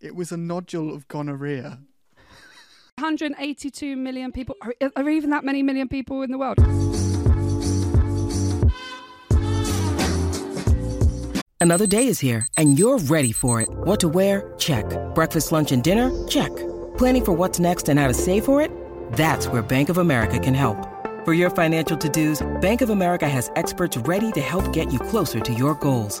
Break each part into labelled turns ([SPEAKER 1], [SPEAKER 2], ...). [SPEAKER 1] It was a nodule of gonorrhea.
[SPEAKER 2] 182 million people. Are, are even that many million people in the world?
[SPEAKER 3] Another day is here, and you're ready for it. What to wear? Check. Breakfast, lunch, and dinner? Check. Planning for what's next and how to save for it? That's where Bank of America can help. For your financial to-dos, Bank of America has experts ready to help get you closer to your goals.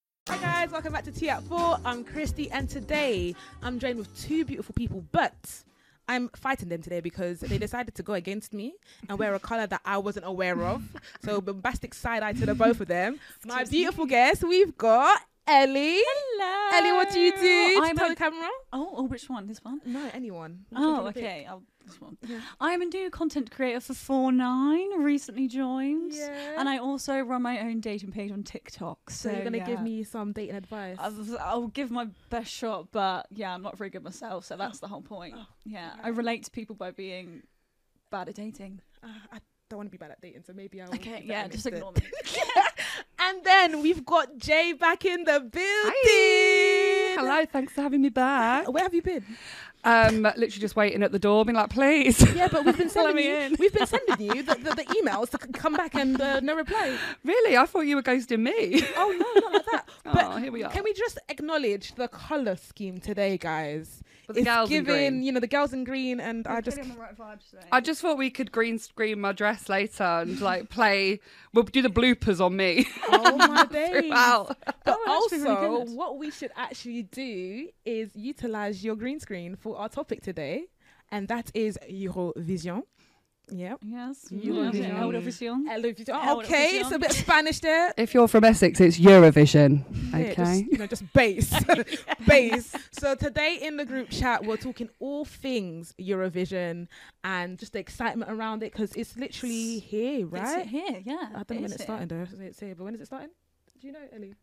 [SPEAKER 4] Hi guys, welcome back to Tea at Four. I'm Christy, and today I'm joined with two beautiful people, but I'm fighting them today because they decided to go against me and wear a color that I wasn't aware of. so bombastic side eye to the both of them. My beautiful guest, we've got Ellie.
[SPEAKER 5] Hello.
[SPEAKER 4] Ellie, what do you do?
[SPEAKER 5] I'm
[SPEAKER 4] I'm Tell
[SPEAKER 5] a-
[SPEAKER 4] the camera.
[SPEAKER 5] Oh, oh, which one? This one?
[SPEAKER 4] No, anyone. Which one do
[SPEAKER 5] Oh,
[SPEAKER 4] you wanna pick?
[SPEAKER 5] okay. I'll, this one. I'm a new content creator for Four Nine. Recently joined,
[SPEAKER 4] Yeah.
[SPEAKER 5] and I also run my own dating page on TikTok. So,
[SPEAKER 4] So, you're gonna give
[SPEAKER 5] yeah.
[SPEAKER 4] me some dating advice.
[SPEAKER 5] I'll, I'll give my best shot, but yeah, I'm not very good myself, so
[SPEAKER 4] Oh.
[SPEAKER 5] that's the whole point. Yeah, I relate to people by being bad at dating.
[SPEAKER 4] Uh, I don't want to be bad at dating, so maybe I'll.
[SPEAKER 5] Okay,
[SPEAKER 4] give that a
[SPEAKER 5] yeah, just
[SPEAKER 4] miss then.
[SPEAKER 5] ignore me.
[SPEAKER 4] And then we've got Jay back in the building.
[SPEAKER 2] Hello, thanks for having me back.
[SPEAKER 4] Where have you been?
[SPEAKER 2] Um, literally just waiting at the door, being like, please.
[SPEAKER 4] Yeah, but we've been
[SPEAKER 2] Let
[SPEAKER 4] sending
[SPEAKER 2] me
[SPEAKER 4] you.
[SPEAKER 2] in.
[SPEAKER 4] We've been sending you the, the, the emails to c- come back and uh, no reply.
[SPEAKER 2] Really? I thought you were ghosting me.
[SPEAKER 4] Oh no, not like that. But
[SPEAKER 2] Aw, here we are.
[SPEAKER 4] Can we just acknowledge the color scheme today, guys?
[SPEAKER 2] With the girls in
[SPEAKER 4] giving,
[SPEAKER 2] green.
[SPEAKER 4] you know, the girls in green, and I just
[SPEAKER 5] right vibe today.
[SPEAKER 2] I just thought we could green screen my dress later and like play. We'll do the bloopers on me.
[SPEAKER 4] oh my days.
[SPEAKER 2] Wow.
[SPEAKER 4] But
[SPEAKER 5] That would
[SPEAKER 4] also,
[SPEAKER 5] actually be really good.
[SPEAKER 4] what we should actually do is utilize your green screen for our topic today, and that is Eurovision. Yeah.
[SPEAKER 5] Yes,
[SPEAKER 4] You
[SPEAKER 5] yeah,
[SPEAKER 4] love
[SPEAKER 5] yeah.
[SPEAKER 4] it.
[SPEAKER 5] Eurovision.
[SPEAKER 4] Eurovision.
[SPEAKER 5] Eurovision.
[SPEAKER 4] Okay, it's a bit of Spanish there.
[SPEAKER 2] If you're from Essex, it's Eurovision.
[SPEAKER 4] Yeah, just, you know, just base, base. So today in the group chat, we're talking all things Eurovision and just the excitement around it because it's literally here,
[SPEAKER 5] It's
[SPEAKER 4] right?
[SPEAKER 5] here, yeah.
[SPEAKER 4] I don't know
[SPEAKER 5] it
[SPEAKER 4] when
[SPEAKER 5] is
[SPEAKER 4] it's
[SPEAKER 5] here.
[SPEAKER 4] starting though. so It's here, but when is it starting? Do you know, Ellie?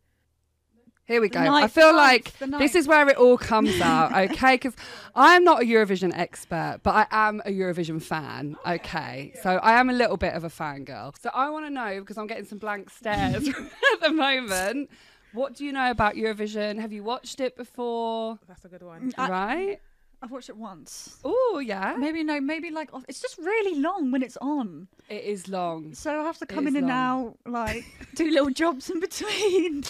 [SPEAKER 2] Here we
[SPEAKER 5] The
[SPEAKER 2] go. I
[SPEAKER 5] ninth,
[SPEAKER 2] feel
[SPEAKER 5] the
[SPEAKER 2] like
[SPEAKER 5] ninth, the
[SPEAKER 2] this is
[SPEAKER 5] ninth.
[SPEAKER 2] where it all comes out, okay? Because I'm not a Eurovision expert, but I am a Eurovision fan, okay? So I am a little bit of a fangirl. So I want to know, because I'm getting some blank stares at the moment, what do you know about Eurovision? Have you watched it before?
[SPEAKER 4] That's a good one.
[SPEAKER 5] Mm, I-
[SPEAKER 2] right?
[SPEAKER 5] I've watched it once.
[SPEAKER 2] Oh, yeah.
[SPEAKER 5] Maybe no, maybe like off. It's just really long when it's on.
[SPEAKER 2] It is long.
[SPEAKER 5] So I have to come
[SPEAKER 2] is
[SPEAKER 5] in and
[SPEAKER 2] long.
[SPEAKER 5] out, like do little jobs in between.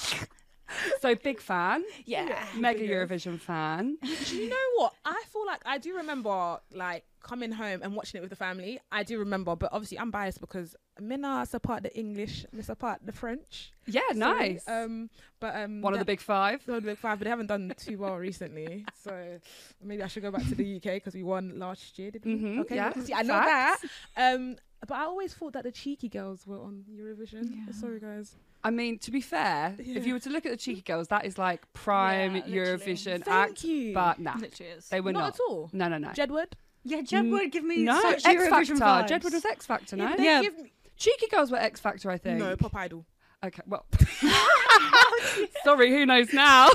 [SPEAKER 2] So big fan.
[SPEAKER 5] yeah.
[SPEAKER 2] Mega Eurovision fan.
[SPEAKER 4] Do you know what? I feel like I do remember like coming home and watching it with the family. I do remember, but obviously I'm biased because Minna support the English, Miss support the French.
[SPEAKER 2] Yeah,
[SPEAKER 4] So,
[SPEAKER 2] nice.
[SPEAKER 4] um, but um,
[SPEAKER 2] One of the
[SPEAKER 4] that-
[SPEAKER 2] big five.
[SPEAKER 4] They're on the big five, but they haven't done too well recently. So maybe I should go back to the UK because we won last year, did we?
[SPEAKER 5] Mm-hmm.
[SPEAKER 2] Mhm,
[SPEAKER 4] okay,
[SPEAKER 2] yeah.
[SPEAKER 4] see, I know
[SPEAKER 2] Facts.
[SPEAKER 4] that. Um, but I always thought that the cheeky girls were on Eurovision.
[SPEAKER 5] Yeah.
[SPEAKER 4] Sorry, guys.
[SPEAKER 2] I mean, to be fair, if
[SPEAKER 4] Yeah.
[SPEAKER 2] you were to look at the Cheeky Girls, that is like prime
[SPEAKER 5] Yeah, literally.
[SPEAKER 2] Eurovision
[SPEAKER 4] Thank
[SPEAKER 2] act.
[SPEAKER 4] you.
[SPEAKER 2] But nah,
[SPEAKER 5] Literally is.
[SPEAKER 2] they were
[SPEAKER 4] Not
[SPEAKER 2] not.
[SPEAKER 4] at all.
[SPEAKER 2] No, no, no.
[SPEAKER 4] Jedward.
[SPEAKER 5] Yeah, Jedward give me
[SPEAKER 2] Mm, no,
[SPEAKER 5] such
[SPEAKER 2] X
[SPEAKER 5] Eurovision
[SPEAKER 2] Factor.
[SPEAKER 5] vibes.
[SPEAKER 2] Jedward was X Factor, no?
[SPEAKER 4] Yeah, but they
[SPEAKER 5] Yeah.
[SPEAKER 4] give me-
[SPEAKER 2] Cheeky Girls were X Factor, I think.
[SPEAKER 4] no, Pop Idol.
[SPEAKER 2] Okay, well. Sorry, who knows now?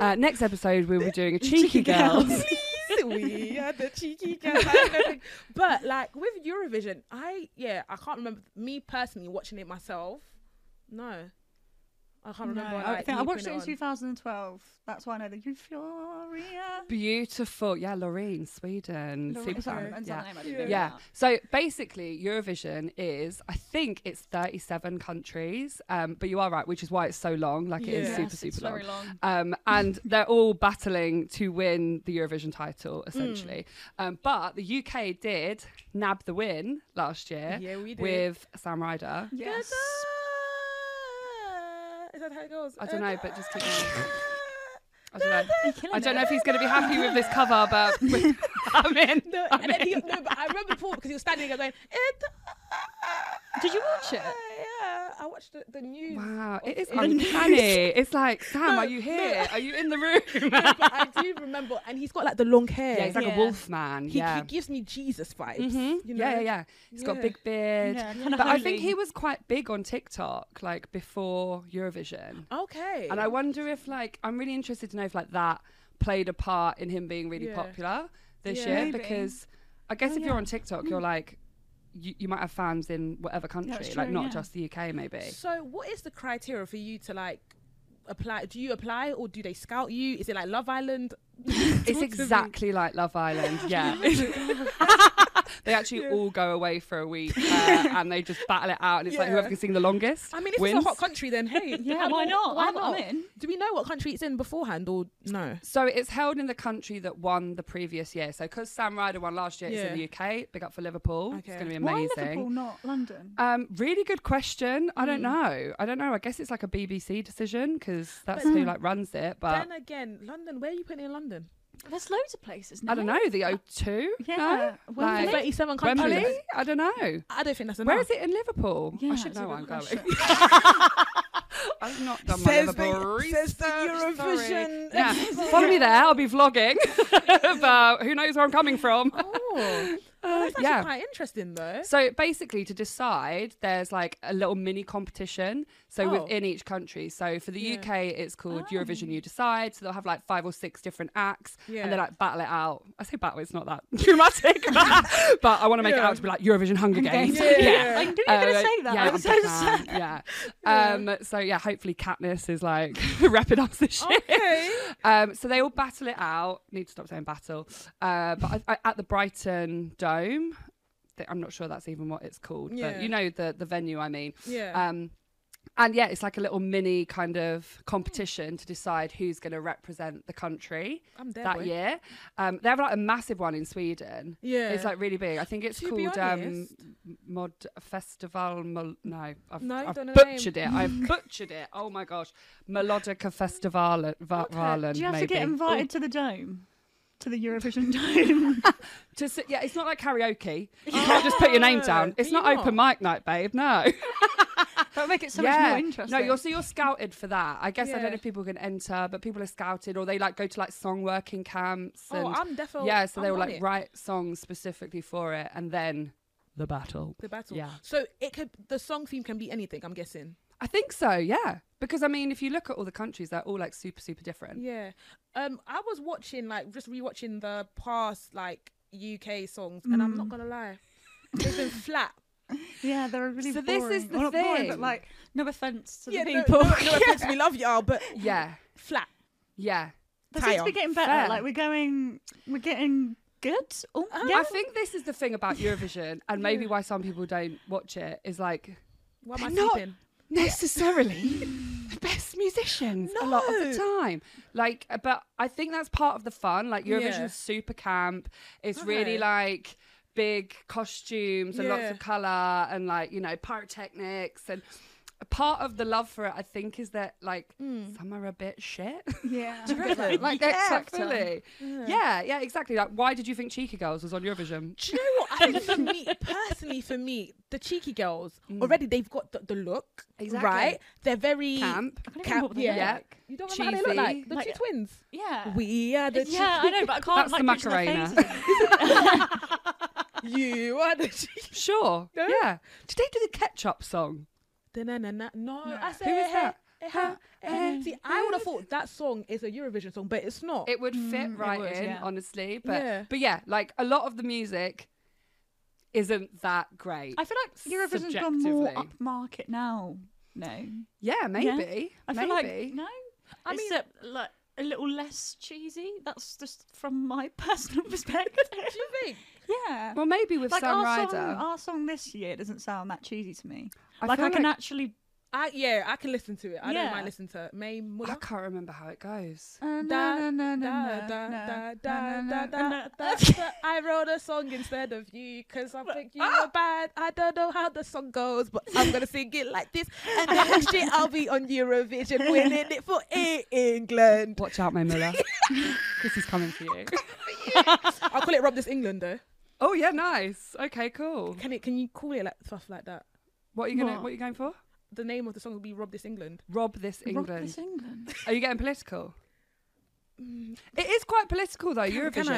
[SPEAKER 2] uh, next episode, we'll be doing a Cheeky,
[SPEAKER 5] Cheeky
[SPEAKER 2] Girls.
[SPEAKER 5] Girls.
[SPEAKER 4] Please, we are the cheeky girls. I don't think- but like with Eurovision, I yeah, I can't remember me personally watching it myself. No, I can't
[SPEAKER 5] No,
[SPEAKER 4] remember.
[SPEAKER 5] I,
[SPEAKER 4] like,
[SPEAKER 5] think I
[SPEAKER 4] me
[SPEAKER 5] watched it
[SPEAKER 4] putting
[SPEAKER 5] in
[SPEAKER 4] on.
[SPEAKER 5] 2012. That's why I know the Euphoria.
[SPEAKER 2] Beautiful. Yeah, Loreen, Sweden. Super
[SPEAKER 5] Is that-
[SPEAKER 2] fan.
[SPEAKER 5] is
[SPEAKER 2] Yeah.
[SPEAKER 5] that the name? I didn't know
[SPEAKER 2] Yeah.
[SPEAKER 5] that.
[SPEAKER 2] So basically, Eurovision is, I think it's 37 countries, um, but you are right, which is why it's so long. Like it is
[SPEAKER 4] Yes,
[SPEAKER 2] super,
[SPEAKER 5] Yes,
[SPEAKER 2] super
[SPEAKER 5] it's
[SPEAKER 2] long.
[SPEAKER 5] very long.
[SPEAKER 2] Um, and they're all battling to win the Eurovision title,
[SPEAKER 4] Mm.
[SPEAKER 2] essentially. Um, but the UK did nab the win last year
[SPEAKER 4] Yeah, we did.
[SPEAKER 2] with Sam Ryder.
[SPEAKER 5] Yes.
[SPEAKER 4] Is that how it goes?
[SPEAKER 2] I don't know, but just keep going. I don't know.
[SPEAKER 5] You're killing
[SPEAKER 2] I don't
[SPEAKER 5] it.
[SPEAKER 2] know if he's going to be happy with this cover, but I'm in.
[SPEAKER 4] No,
[SPEAKER 2] I'm
[SPEAKER 4] and then he,
[SPEAKER 2] in.
[SPEAKER 4] no, but I remember Paul because he was standing there going, it.
[SPEAKER 5] Did you watch it?
[SPEAKER 4] Yeah, I watched the, the news.
[SPEAKER 2] Wow, it is
[SPEAKER 4] It's in the news.
[SPEAKER 2] uncanny. It's like, Sam,
[SPEAKER 4] No,
[SPEAKER 2] are you
[SPEAKER 4] no.
[SPEAKER 2] here? Are you in the room?
[SPEAKER 4] No, but I do remember, and he's got like the long hair.
[SPEAKER 2] Yeah, he's like
[SPEAKER 5] Yeah.
[SPEAKER 2] a wolf man.
[SPEAKER 4] he,
[SPEAKER 2] yeah.
[SPEAKER 4] he gives me Jesus vibes.
[SPEAKER 2] Mhm.
[SPEAKER 4] You know?
[SPEAKER 2] Yeah, yeah, yeah. He's got a
[SPEAKER 4] Yeah.
[SPEAKER 2] big beard.
[SPEAKER 5] Yeah, kinda
[SPEAKER 2] but I think
[SPEAKER 5] holy.
[SPEAKER 2] he was quite big on TikTok, like before Eurovision.
[SPEAKER 4] Okay.
[SPEAKER 2] And I wonder if, like, I'm really interested to know if, like, that played a part in him being really
[SPEAKER 4] Yeah.
[SPEAKER 2] popular this
[SPEAKER 4] Yeah. Oh,
[SPEAKER 2] year.
[SPEAKER 5] Maybe.
[SPEAKER 2] Because I guess if you're on TikTok,
[SPEAKER 4] Mm.
[SPEAKER 2] you're like, you, you might have fans in whatever country, like,
[SPEAKER 5] true,
[SPEAKER 2] not
[SPEAKER 5] yeah.
[SPEAKER 2] just the UK, maybe.
[SPEAKER 4] So, what is the criteria for you to like apply? Do you apply or do they scout you? Is it like Love Island?
[SPEAKER 2] It's exactly like Love Island, yeah. they actually all go away for a week uh, and they just battle it out, and it's like
[SPEAKER 4] Yeah.
[SPEAKER 2] whoever can sing the longest.
[SPEAKER 4] I mean, if
[SPEAKER 2] wins.
[SPEAKER 4] it's a hot country, then hey,
[SPEAKER 5] Yeah, why not?
[SPEAKER 4] Why
[SPEAKER 5] I'm-
[SPEAKER 4] not?
[SPEAKER 5] I'm in.
[SPEAKER 4] Do we know what country it's in beforehand or no?
[SPEAKER 2] So it's held in the country that won the previous year. So because Sam Ryder won last year, it's in the UK. Big up for Liverpool. It's
[SPEAKER 4] Okay.
[SPEAKER 2] going to be
[SPEAKER 5] Why
[SPEAKER 2] amazing.
[SPEAKER 5] Liverpool, not London?
[SPEAKER 2] Um, really good question. I
[SPEAKER 5] Hmm.
[SPEAKER 2] don't know. I don't know. I guess it's like a BBC decision because that's who like runs it. But
[SPEAKER 4] then again, London. Where are you putting in London?
[SPEAKER 5] There's loads of places.
[SPEAKER 2] I don't know. The O2.
[SPEAKER 5] Uh, Yeah,
[SPEAKER 2] No?
[SPEAKER 5] Wembley.
[SPEAKER 2] Like,
[SPEAKER 4] Thirty-seven countries.
[SPEAKER 2] Wembley. I don't know.
[SPEAKER 4] I don't think that's enough.
[SPEAKER 2] Where is it in Liverpool?
[SPEAKER 5] Yeah,
[SPEAKER 2] I should
[SPEAKER 5] that's a
[SPEAKER 2] know where I'm
[SPEAKER 5] good
[SPEAKER 2] going.
[SPEAKER 5] question.
[SPEAKER 2] I've not done my
[SPEAKER 4] Says the,
[SPEAKER 2] Liverpool
[SPEAKER 4] says the
[SPEAKER 2] research, sorry.
[SPEAKER 4] Eurovision.
[SPEAKER 2] Yeah. Follow me there. I'll be vlogging. but who knows where I'm coming from?
[SPEAKER 4] Oh, well, that's actually
[SPEAKER 2] Uh, yeah.
[SPEAKER 4] quite interesting though.
[SPEAKER 2] So basically, to decide, there's like a little mini competition. So
[SPEAKER 4] Oh.
[SPEAKER 2] within each country. So for the
[SPEAKER 4] Yeah.
[SPEAKER 2] UK, it's called Eurovision You Decide. So they'll have like five or six different acts, and they
[SPEAKER 4] Yeah.
[SPEAKER 2] like battle it out. I say battle, it's not that dramatic, but, but I want to make it
[SPEAKER 4] Yeah.
[SPEAKER 2] out to be like Eurovision Hunger Games.
[SPEAKER 5] Games.
[SPEAKER 4] Yeah.
[SPEAKER 5] Like, didn't even
[SPEAKER 2] Uh,
[SPEAKER 5] say that.
[SPEAKER 2] Yeah,
[SPEAKER 5] I'm
[SPEAKER 2] I'm
[SPEAKER 5] so
[SPEAKER 2] big
[SPEAKER 5] sad.
[SPEAKER 2] fan, Yeah. Um, so yeah, hopefully Katniss is like wrapping up this
[SPEAKER 4] Oh,
[SPEAKER 2] shit.
[SPEAKER 4] Okay.
[SPEAKER 2] Um, so they all battle it out. Need to stop saying battle. Uh, but I, I, at the Brighton Dome, th- I'm not sure that's even what it's called,
[SPEAKER 4] Yeah.
[SPEAKER 2] but you know the the venue. I mean,
[SPEAKER 4] Yeah.
[SPEAKER 2] um, and yeah, it's like a little mini kind of competition to decide who's going to represent the country
[SPEAKER 4] I'm there,
[SPEAKER 2] that
[SPEAKER 4] boy.
[SPEAKER 2] year. Um, they have like a massive one in Sweden.
[SPEAKER 4] Yeah.
[SPEAKER 2] It's like really big. I think it's
[SPEAKER 4] To be
[SPEAKER 2] called um,
[SPEAKER 4] honest-
[SPEAKER 2] Mod Festival. Mol- no, I've,
[SPEAKER 4] No,
[SPEAKER 2] I've
[SPEAKER 4] don't know the
[SPEAKER 2] butchered
[SPEAKER 4] name.
[SPEAKER 2] it. I've butchered it. Oh my gosh, Melodica Festival. Va- Valen,
[SPEAKER 5] Do you have
[SPEAKER 2] maybe.
[SPEAKER 5] to get invited to the dome? To the Eurovision dome?
[SPEAKER 2] To sit, yeah, it's not like karaoke. You can't just put your name down.
[SPEAKER 4] Oh,
[SPEAKER 2] It's
[SPEAKER 4] can you
[SPEAKER 2] not open mic night, babe. No.
[SPEAKER 5] That'll make it so
[SPEAKER 2] yeah.
[SPEAKER 5] much more interesting.
[SPEAKER 2] No, you're so you're scouted for that. I guess I
[SPEAKER 4] Yeah.
[SPEAKER 2] don't know if people can enter, but people are scouted or they like go to like song working camps.
[SPEAKER 4] Oh,
[SPEAKER 2] And,
[SPEAKER 4] I'm definitely.
[SPEAKER 2] yeah, so they
[SPEAKER 4] I'm
[SPEAKER 2] will
[SPEAKER 4] on
[SPEAKER 2] like
[SPEAKER 4] it.
[SPEAKER 2] write songs specifically for it, and then the battle.
[SPEAKER 4] the battle.
[SPEAKER 2] Yeah.
[SPEAKER 4] So it could the song theme can be anything. I'm guessing.
[SPEAKER 2] I think so. Yeah, because I mean, if you look at all the countries, they're all like super super different.
[SPEAKER 4] Yeah. Um, I was watching like just rewatching the past like UK songs, and I'm not gonna lie, they've been flat.
[SPEAKER 5] yeah, they're really
[SPEAKER 2] So this
[SPEAKER 5] boring.
[SPEAKER 2] is the
[SPEAKER 5] well, not boring, but
[SPEAKER 2] thing.
[SPEAKER 5] like, no offense to
[SPEAKER 4] Yeah,
[SPEAKER 5] the
[SPEAKER 4] no-
[SPEAKER 5] people.
[SPEAKER 4] No, no offense, we love y'all, but
[SPEAKER 2] Yeah,
[SPEAKER 4] flat.
[SPEAKER 2] yeah.
[SPEAKER 5] They seem to
[SPEAKER 4] Tire.
[SPEAKER 5] be getting better.
[SPEAKER 2] Fair.
[SPEAKER 5] Like we're going, we're getting good. Oh, yeah.
[SPEAKER 2] I think this is the thing about Eurovision, and maybe why some people don't watch it is like
[SPEAKER 4] Why am I
[SPEAKER 2] They're not-
[SPEAKER 4] sleeping?
[SPEAKER 2] necessarily the best musicians a lot of the time. Like, uh, but I think that's part of the fun. Like Eurovision's
[SPEAKER 4] Yeah.
[SPEAKER 2] super camp. It's really
[SPEAKER 4] Okay.
[SPEAKER 2] like big costumes and lots
[SPEAKER 4] Yeah.
[SPEAKER 2] of color and like you know pyrotechnics and. Part of the love for it, I think, is that like
[SPEAKER 4] Mm.
[SPEAKER 2] some are a bit shit.
[SPEAKER 5] Yeah.
[SPEAKER 2] Do you reckon? Like they're
[SPEAKER 5] Yeah,
[SPEAKER 2] fully. Yeah, yeah, exactly. Like, why did you think Cheeky Girls was on Eurovision?
[SPEAKER 4] Do you know what? I think for me, personally, for me, the cheeky girls already they've got the, the look,
[SPEAKER 2] Exactly.
[SPEAKER 4] right? They're very
[SPEAKER 2] Camp.
[SPEAKER 5] I can't even
[SPEAKER 4] Cap-
[SPEAKER 5] remember what they
[SPEAKER 4] yeah.
[SPEAKER 5] look
[SPEAKER 2] Yeah.
[SPEAKER 5] like.
[SPEAKER 4] You don't remember how they
[SPEAKER 2] Cheesy.
[SPEAKER 4] look like the
[SPEAKER 5] Like-
[SPEAKER 4] two twins.
[SPEAKER 5] Yeah.
[SPEAKER 4] We are the
[SPEAKER 5] yeah, I know, but I can't.
[SPEAKER 2] That's the
[SPEAKER 5] like, picture their
[SPEAKER 2] Macarena.
[SPEAKER 5] faces.
[SPEAKER 4] cheeky. You are the cheeky.
[SPEAKER 2] Sure.
[SPEAKER 4] Yeah.
[SPEAKER 2] Yeah. Did they do the ketchup song?
[SPEAKER 4] Da-na-na-na. No, I said.
[SPEAKER 2] Who is that?
[SPEAKER 4] eh, eh, eh. See, I would have thought that song is a Eurovision song, but it's not.
[SPEAKER 2] It would fit right
[SPEAKER 5] Mm, would,
[SPEAKER 2] in,
[SPEAKER 5] yeah.
[SPEAKER 2] honestly. But
[SPEAKER 4] Yeah.
[SPEAKER 2] but yeah, like a lot of the music isn't that great.
[SPEAKER 5] I feel like Eurovision's gone more
[SPEAKER 2] Subjectively.
[SPEAKER 5] upmarket now. No.
[SPEAKER 2] yeah, maybe.
[SPEAKER 5] I
[SPEAKER 2] maybe.
[SPEAKER 5] feel like no.
[SPEAKER 4] I
[SPEAKER 5] I
[SPEAKER 4] mean-
[SPEAKER 5] mean, Except, like a little less cheesy. That's just from my personal perspective.
[SPEAKER 4] Do you think?
[SPEAKER 5] yeah.
[SPEAKER 2] well, maybe with
[SPEAKER 5] like
[SPEAKER 2] Sam
[SPEAKER 5] our
[SPEAKER 2] Ryder.
[SPEAKER 5] song, our song this year doesn't sound that cheesy to me.
[SPEAKER 2] I
[SPEAKER 5] like I
[SPEAKER 2] feel
[SPEAKER 5] can
[SPEAKER 2] like-
[SPEAKER 5] actually
[SPEAKER 4] I yeah, I can listen to it. I
[SPEAKER 5] Yeah.
[SPEAKER 4] don't mind listening to May
[SPEAKER 2] I
[SPEAKER 4] Muller.
[SPEAKER 2] can't remember how it goes.
[SPEAKER 5] Da,
[SPEAKER 4] Da,
[SPEAKER 5] na,
[SPEAKER 4] da,
[SPEAKER 5] na, na,
[SPEAKER 4] da,
[SPEAKER 5] na,
[SPEAKER 4] da, da, da, da,
[SPEAKER 5] na, na,
[SPEAKER 4] da,
[SPEAKER 5] na.
[SPEAKER 4] da. I wrote a song instead of you because I think you were bad. I don't know how the song goes, but I'm gonna sing it like this. And then next year I'll be on Eurovision, winning it for E- England.
[SPEAKER 2] Watch out, May Muller. this is coming for you.
[SPEAKER 4] I'll call it Rob This England though.
[SPEAKER 2] Oh yeah, nice. Okay, cool.
[SPEAKER 4] Can it? Can you call it like stuff like that?
[SPEAKER 2] What are you gonna?
[SPEAKER 5] What?
[SPEAKER 2] What, are you going for?
[SPEAKER 4] The name of the song will be Rob This England.
[SPEAKER 2] Rob this England.
[SPEAKER 5] Rock this England.
[SPEAKER 2] Are you getting political?
[SPEAKER 4] Mm,
[SPEAKER 2] It is quite political though.
[SPEAKER 4] Can-
[SPEAKER 2] Eurovision.
[SPEAKER 4] can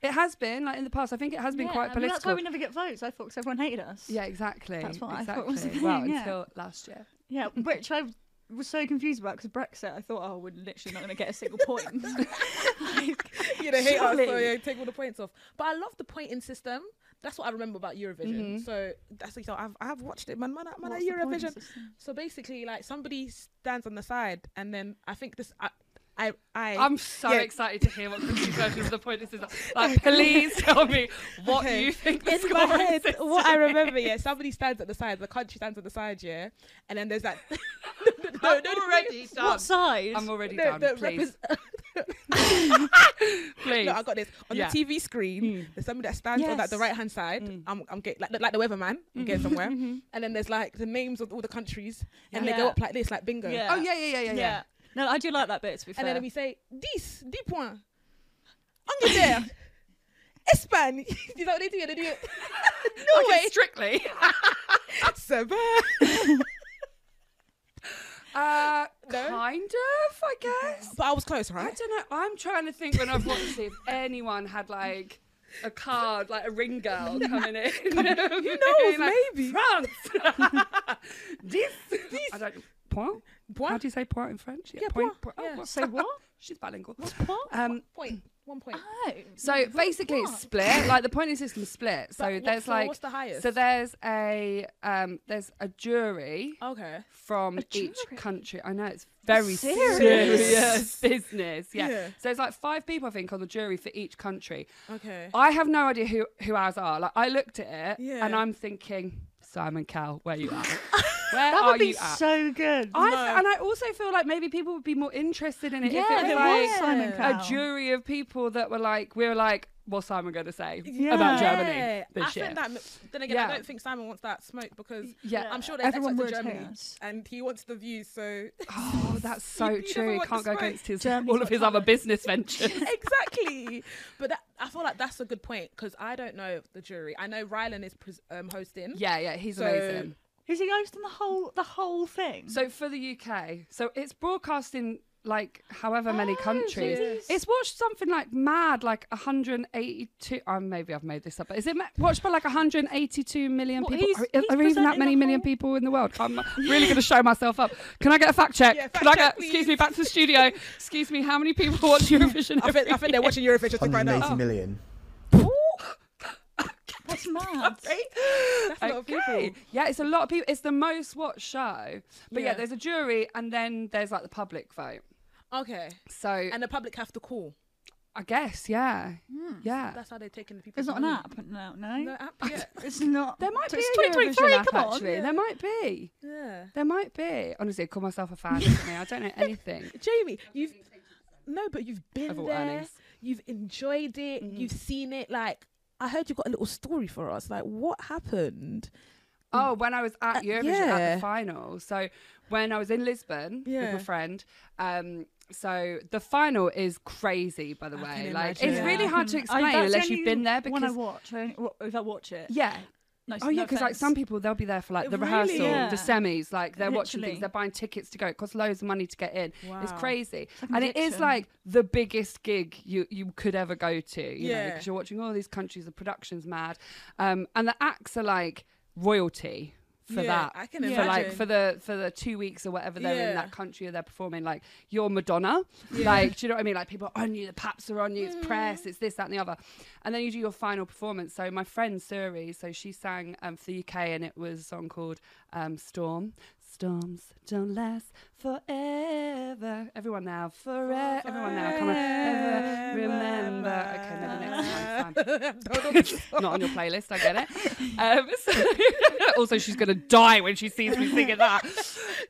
[SPEAKER 4] I?
[SPEAKER 2] It has been like in the past. I think it has been
[SPEAKER 5] Yeah,
[SPEAKER 2] quite
[SPEAKER 5] I mean,
[SPEAKER 2] political.
[SPEAKER 5] that's why we never get votes. I thought 'cause everyone hated us.
[SPEAKER 2] Yeah, exactly.
[SPEAKER 5] That's what I
[SPEAKER 2] exactly.
[SPEAKER 5] thought was the
[SPEAKER 2] Well,
[SPEAKER 5] thing, yeah.
[SPEAKER 2] until last year.
[SPEAKER 5] Yeah, which I was so confused about because Brexit, I thought, oh, we're literally not going to get a single point. like,
[SPEAKER 4] you know, hate us, so
[SPEAKER 5] Surely.
[SPEAKER 4] yeah, take all the points off. But I love the pointing system. That's what I remember about Eurovision. So that's so I've I've watched it, man. Man, man,
[SPEAKER 5] what's the point
[SPEAKER 4] Eurovision.
[SPEAKER 5] system?
[SPEAKER 4] So basically, like somebody stands on the side, and then I think this. I, I, I
[SPEAKER 2] I'm so
[SPEAKER 4] Yeah.
[SPEAKER 2] excited to hear what the new version of the point is.
[SPEAKER 5] Oh
[SPEAKER 2] Like, please tell me what
[SPEAKER 4] Okay.
[SPEAKER 2] you think the
[SPEAKER 4] in my
[SPEAKER 2] scoring
[SPEAKER 4] head,
[SPEAKER 2] system
[SPEAKER 4] what I
[SPEAKER 2] is.
[SPEAKER 4] remember, yeah, somebody stands at the side, the country stands at the side, yeah, and then there's that. no, no, no,
[SPEAKER 2] I'm already done.
[SPEAKER 5] What side?
[SPEAKER 2] I'm already
[SPEAKER 4] no,
[SPEAKER 2] done.
[SPEAKER 4] no,
[SPEAKER 2] please, please.
[SPEAKER 4] no, I got this on
[SPEAKER 2] Yeah.
[SPEAKER 4] the TV screen. There's somebody that stands on like, the
[SPEAKER 5] Yes.
[SPEAKER 4] right hand side. I'm, I'm getting like, like the weatherman. I'm getting somewhere, and then there's like the names of all the countries, and they go
[SPEAKER 5] Yeah.
[SPEAKER 4] up like this, like bingo.
[SPEAKER 5] Yeah.
[SPEAKER 2] oh yeah, yeah, yeah, yeah,
[SPEAKER 5] yeah.
[SPEAKER 2] yeah.
[SPEAKER 5] No, I do like that bit, to be fair.
[SPEAKER 4] And then we say, 10, 10 points. Angleterre, Espagne. you know what they do? They do it. no
[SPEAKER 2] Okay,
[SPEAKER 4] way.
[SPEAKER 2] strictly.
[SPEAKER 4] That's so bad.
[SPEAKER 2] Uh,
[SPEAKER 4] No?
[SPEAKER 2] kind of, I guess.
[SPEAKER 4] But I was close,
[SPEAKER 2] I
[SPEAKER 4] right?
[SPEAKER 2] don't know. I'm trying to think when I've watched it if anyone had like a card, like a ring girl coming in. you know,
[SPEAKER 4] knows, maybe.
[SPEAKER 2] France. this, I don't. Point?
[SPEAKER 4] Point.
[SPEAKER 2] How do you say point Oh, in French?
[SPEAKER 4] Yeah, point. Yeah.
[SPEAKER 2] well,
[SPEAKER 5] Say what?
[SPEAKER 2] She's bilingual.
[SPEAKER 5] What?
[SPEAKER 2] Um,
[SPEAKER 4] Point. One point.
[SPEAKER 5] Oh.
[SPEAKER 2] so basically, it's split. Like the pointing system is split. So
[SPEAKER 4] But what
[SPEAKER 2] there's
[SPEAKER 4] floor?
[SPEAKER 2] like
[SPEAKER 4] What's the highest?
[SPEAKER 2] so there's a um there's a jury
[SPEAKER 4] Okay.
[SPEAKER 2] from each
[SPEAKER 5] jury?
[SPEAKER 2] country. I know it's very serious,
[SPEAKER 5] Serious?
[SPEAKER 2] business. Yeah.
[SPEAKER 4] Yeah. Oh.
[SPEAKER 2] So it's like five people I think on the jury for each country.
[SPEAKER 4] Okay.
[SPEAKER 2] I have no idea who who ours are. Like I looked at it
[SPEAKER 4] Yeah.
[SPEAKER 2] and I'm thinking Simon Cowell, where you at? Where
[SPEAKER 5] That
[SPEAKER 2] are
[SPEAKER 5] would be
[SPEAKER 2] you at?
[SPEAKER 5] so good.
[SPEAKER 2] I and I also feel like maybe people would be more interested in it
[SPEAKER 5] yeah,
[SPEAKER 2] if it
[SPEAKER 5] if
[SPEAKER 2] was
[SPEAKER 5] it
[SPEAKER 2] like
[SPEAKER 5] was Simon Cowell.
[SPEAKER 2] a jury of people that were like, we were like, what's Simon going to say about
[SPEAKER 5] Yeah.
[SPEAKER 2] Germany
[SPEAKER 4] I
[SPEAKER 2] this year?
[SPEAKER 4] think that. Then again,
[SPEAKER 2] Yeah.
[SPEAKER 4] I don't think Simon wants that smoke because
[SPEAKER 2] Yeah.
[SPEAKER 4] I'm sure there's
[SPEAKER 5] Everyone
[SPEAKER 4] experts in
[SPEAKER 5] would
[SPEAKER 4] Germany,
[SPEAKER 5] hate us.
[SPEAKER 4] and he wants the views. So
[SPEAKER 2] oh, that's so
[SPEAKER 4] You- you never
[SPEAKER 2] true. You
[SPEAKER 4] want
[SPEAKER 2] can't
[SPEAKER 4] to
[SPEAKER 2] go
[SPEAKER 4] smoke.
[SPEAKER 2] against his
[SPEAKER 5] Germany's
[SPEAKER 2] all of his
[SPEAKER 5] got
[SPEAKER 2] other
[SPEAKER 5] talent.
[SPEAKER 2] business ventures.
[SPEAKER 4] exactly. But that, I feel like that's a good point because I don't know the jury. I know Rylan is pres- um, hosting.
[SPEAKER 2] yeah, yeah, he's
[SPEAKER 4] So-
[SPEAKER 2] amazing.
[SPEAKER 5] Is he hosting the whole the whole thing?
[SPEAKER 2] So for the UK, so it's broadcast in like however many
[SPEAKER 4] Oh,
[SPEAKER 2] countries.
[SPEAKER 5] geez.
[SPEAKER 2] It's watched something like mad, like 182. Oh, maybe I've made this up, but is it ma- watched by like 182 million
[SPEAKER 5] What,
[SPEAKER 2] people?
[SPEAKER 5] he's-
[SPEAKER 2] are
[SPEAKER 5] he's
[SPEAKER 2] are even that
[SPEAKER 5] presenting
[SPEAKER 2] many
[SPEAKER 5] the
[SPEAKER 2] million
[SPEAKER 5] whole-
[SPEAKER 2] people in the world? I'm really going to show myself up. Can I get a fact check?
[SPEAKER 4] Yeah,
[SPEAKER 2] Can
[SPEAKER 4] fact
[SPEAKER 2] I
[SPEAKER 4] check,
[SPEAKER 2] get? excuse me,
[SPEAKER 4] please.
[SPEAKER 2] back to the studio. excuse me, how many people watch Eurovision?
[SPEAKER 4] I think, I think they're watching Eurovision I think, right now.
[SPEAKER 6] 180 million.
[SPEAKER 5] That's mad.
[SPEAKER 4] That's a lot of people.
[SPEAKER 2] Yeah, it's a lot of people. It's the most watched show. But yeah.
[SPEAKER 4] Yeah.
[SPEAKER 2] there's a jury and then there's like the public vote.
[SPEAKER 4] Okay.
[SPEAKER 2] So
[SPEAKER 4] And the public have to call.
[SPEAKER 2] I guess, yeah. Yeah.
[SPEAKER 4] That's how they're taking the people.
[SPEAKER 5] It's not an app. No, no.
[SPEAKER 4] No app. Yeah.
[SPEAKER 5] It's not.
[SPEAKER 2] There might be
[SPEAKER 5] It's
[SPEAKER 2] a Eurovision
[SPEAKER 5] 2023,
[SPEAKER 2] app,
[SPEAKER 5] come on.
[SPEAKER 2] actually. There might be.
[SPEAKER 4] yeah.
[SPEAKER 2] There might be. Honestly, I call myself a fan. look at me. I don't know anything.
[SPEAKER 4] Jamie, you've no, but you've been
[SPEAKER 2] Of all
[SPEAKER 4] there.
[SPEAKER 2] earnings.
[SPEAKER 4] You've enjoyed it. You've seen it. Like I heard you got a little story for us. Like what happened?
[SPEAKER 2] Oh, when I was at
[SPEAKER 4] Uh,
[SPEAKER 2] Eurovision at
[SPEAKER 4] yeah.
[SPEAKER 2] the final. So when I was in Lisbon with
[SPEAKER 4] Yeah.
[SPEAKER 2] my friend. Um, so the final is crazy, by the
[SPEAKER 4] I
[SPEAKER 2] way.
[SPEAKER 4] can
[SPEAKER 2] Like
[SPEAKER 4] imagine.
[SPEAKER 2] it's
[SPEAKER 4] Yeah.
[SPEAKER 2] really
[SPEAKER 5] I
[SPEAKER 2] hard to
[SPEAKER 5] can- Hmm. I-
[SPEAKER 2] explain
[SPEAKER 5] that's the
[SPEAKER 2] unless
[SPEAKER 5] only
[SPEAKER 2] you've been there
[SPEAKER 5] one I
[SPEAKER 2] because
[SPEAKER 5] watch. I only, well, if I watch it.
[SPEAKER 2] yeah,
[SPEAKER 5] No,
[SPEAKER 2] Oh yeah, because like some people they'll be there for like the
[SPEAKER 4] Really?
[SPEAKER 2] rehearsal,
[SPEAKER 5] Yeah.
[SPEAKER 2] the semis, like they're watching
[SPEAKER 5] Literally.
[SPEAKER 2] things, they're buying tickets to go. It costs loads of money to get in. It's
[SPEAKER 4] Wow.
[SPEAKER 2] crazy,
[SPEAKER 5] like an
[SPEAKER 2] and it is
[SPEAKER 5] addiction.
[SPEAKER 2] like the biggest gig you you could ever go to. You know,
[SPEAKER 4] Yeah.
[SPEAKER 2] because you're watching all these countries, the production's mad, um, and the acts are like royalty for
[SPEAKER 4] Yeah,
[SPEAKER 2] that.
[SPEAKER 4] I can
[SPEAKER 2] For like
[SPEAKER 4] imagine.
[SPEAKER 2] for the for the two weeks or whatever they're in
[SPEAKER 4] Yeah.
[SPEAKER 2] that country or they're performing, like you're Madonna. Like, do you know what I mean? Like people are on you, the paps are on you, it's
[SPEAKER 4] Mm.
[SPEAKER 2] press, it's this, that, and the other. And then you do your final performance. So my friend Suri, so she sang um, for the UK and it was a song called um, Storm. Storms don't last forever. Everyone now, forever. Everyone now, come on. Ever remember. Okay, maybe next time. Not on your playlist, I get it. Um, so- also, she's going to die when she sees me singing that.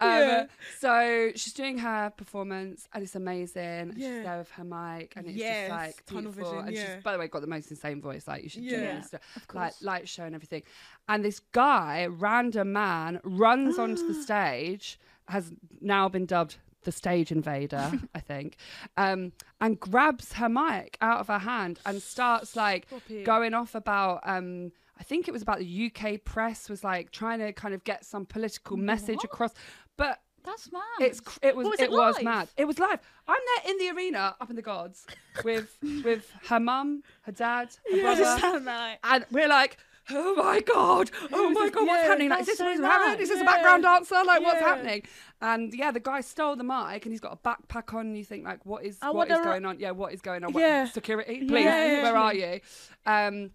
[SPEAKER 2] Um,
[SPEAKER 4] Yeah.
[SPEAKER 2] So she's doing her performance and it's amazing. And
[SPEAKER 4] Yeah.
[SPEAKER 2] She's there with her mic and it's
[SPEAKER 4] Yes,
[SPEAKER 2] just like
[SPEAKER 4] tunnel
[SPEAKER 2] beautiful.
[SPEAKER 4] vision,
[SPEAKER 2] and
[SPEAKER 4] yeah.
[SPEAKER 2] she's, by the way, got the most insane voice. Like, you should do
[SPEAKER 4] Yeah.
[SPEAKER 2] it. Stuff. Like, light show and everything. And this guy, random man, runs onto the stage, has now been dubbed the stage invader, I think, um, and grabs her mic out of her hand and starts like going off about. Um, I think it was about the UK press was like trying to kind of get some political message across, but
[SPEAKER 5] That's mad.
[SPEAKER 2] it's cr- it was,
[SPEAKER 5] But
[SPEAKER 2] it, was
[SPEAKER 5] live?
[SPEAKER 2] mad. It was live. I'm there in the arena, up in the gods, with with her mum, her dad, her
[SPEAKER 5] I was
[SPEAKER 2] brother,
[SPEAKER 5] just standing there like,
[SPEAKER 2] and we're like, oh my god, oh my god, what's
[SPEAKER 4] yeah,
[SPEAKER 2] happening? Like, is
[SPEAKER 5] that's
[SPEAKER 2] this
[SPEAKER 5] so
[SPEAKER 2] what is
[SPEAKER 5] mad.
[SPEAKER 2] happening? Is this a
[SPEAKER 4] Yeah.
[SPEAKER 2] background dancer? Like, what's
[SPEAKER 4] Yeah.
[SPEAKER 2] happening? And yeah, the guy stole the mic, and he's got a backpack on. And you think like, what is
[SPEAKER 4] I
[SPEAKER 2] what is
[SPEAKER 4] wonder-
[SPEAKER 2] going on? Yeah, what is going on? What-
[SPEAKER 4] Yeah.
[SPEAKER 2] security, please,
[SPEAKER 4] Yeah.
[SPEAKER 2] where are you? Um,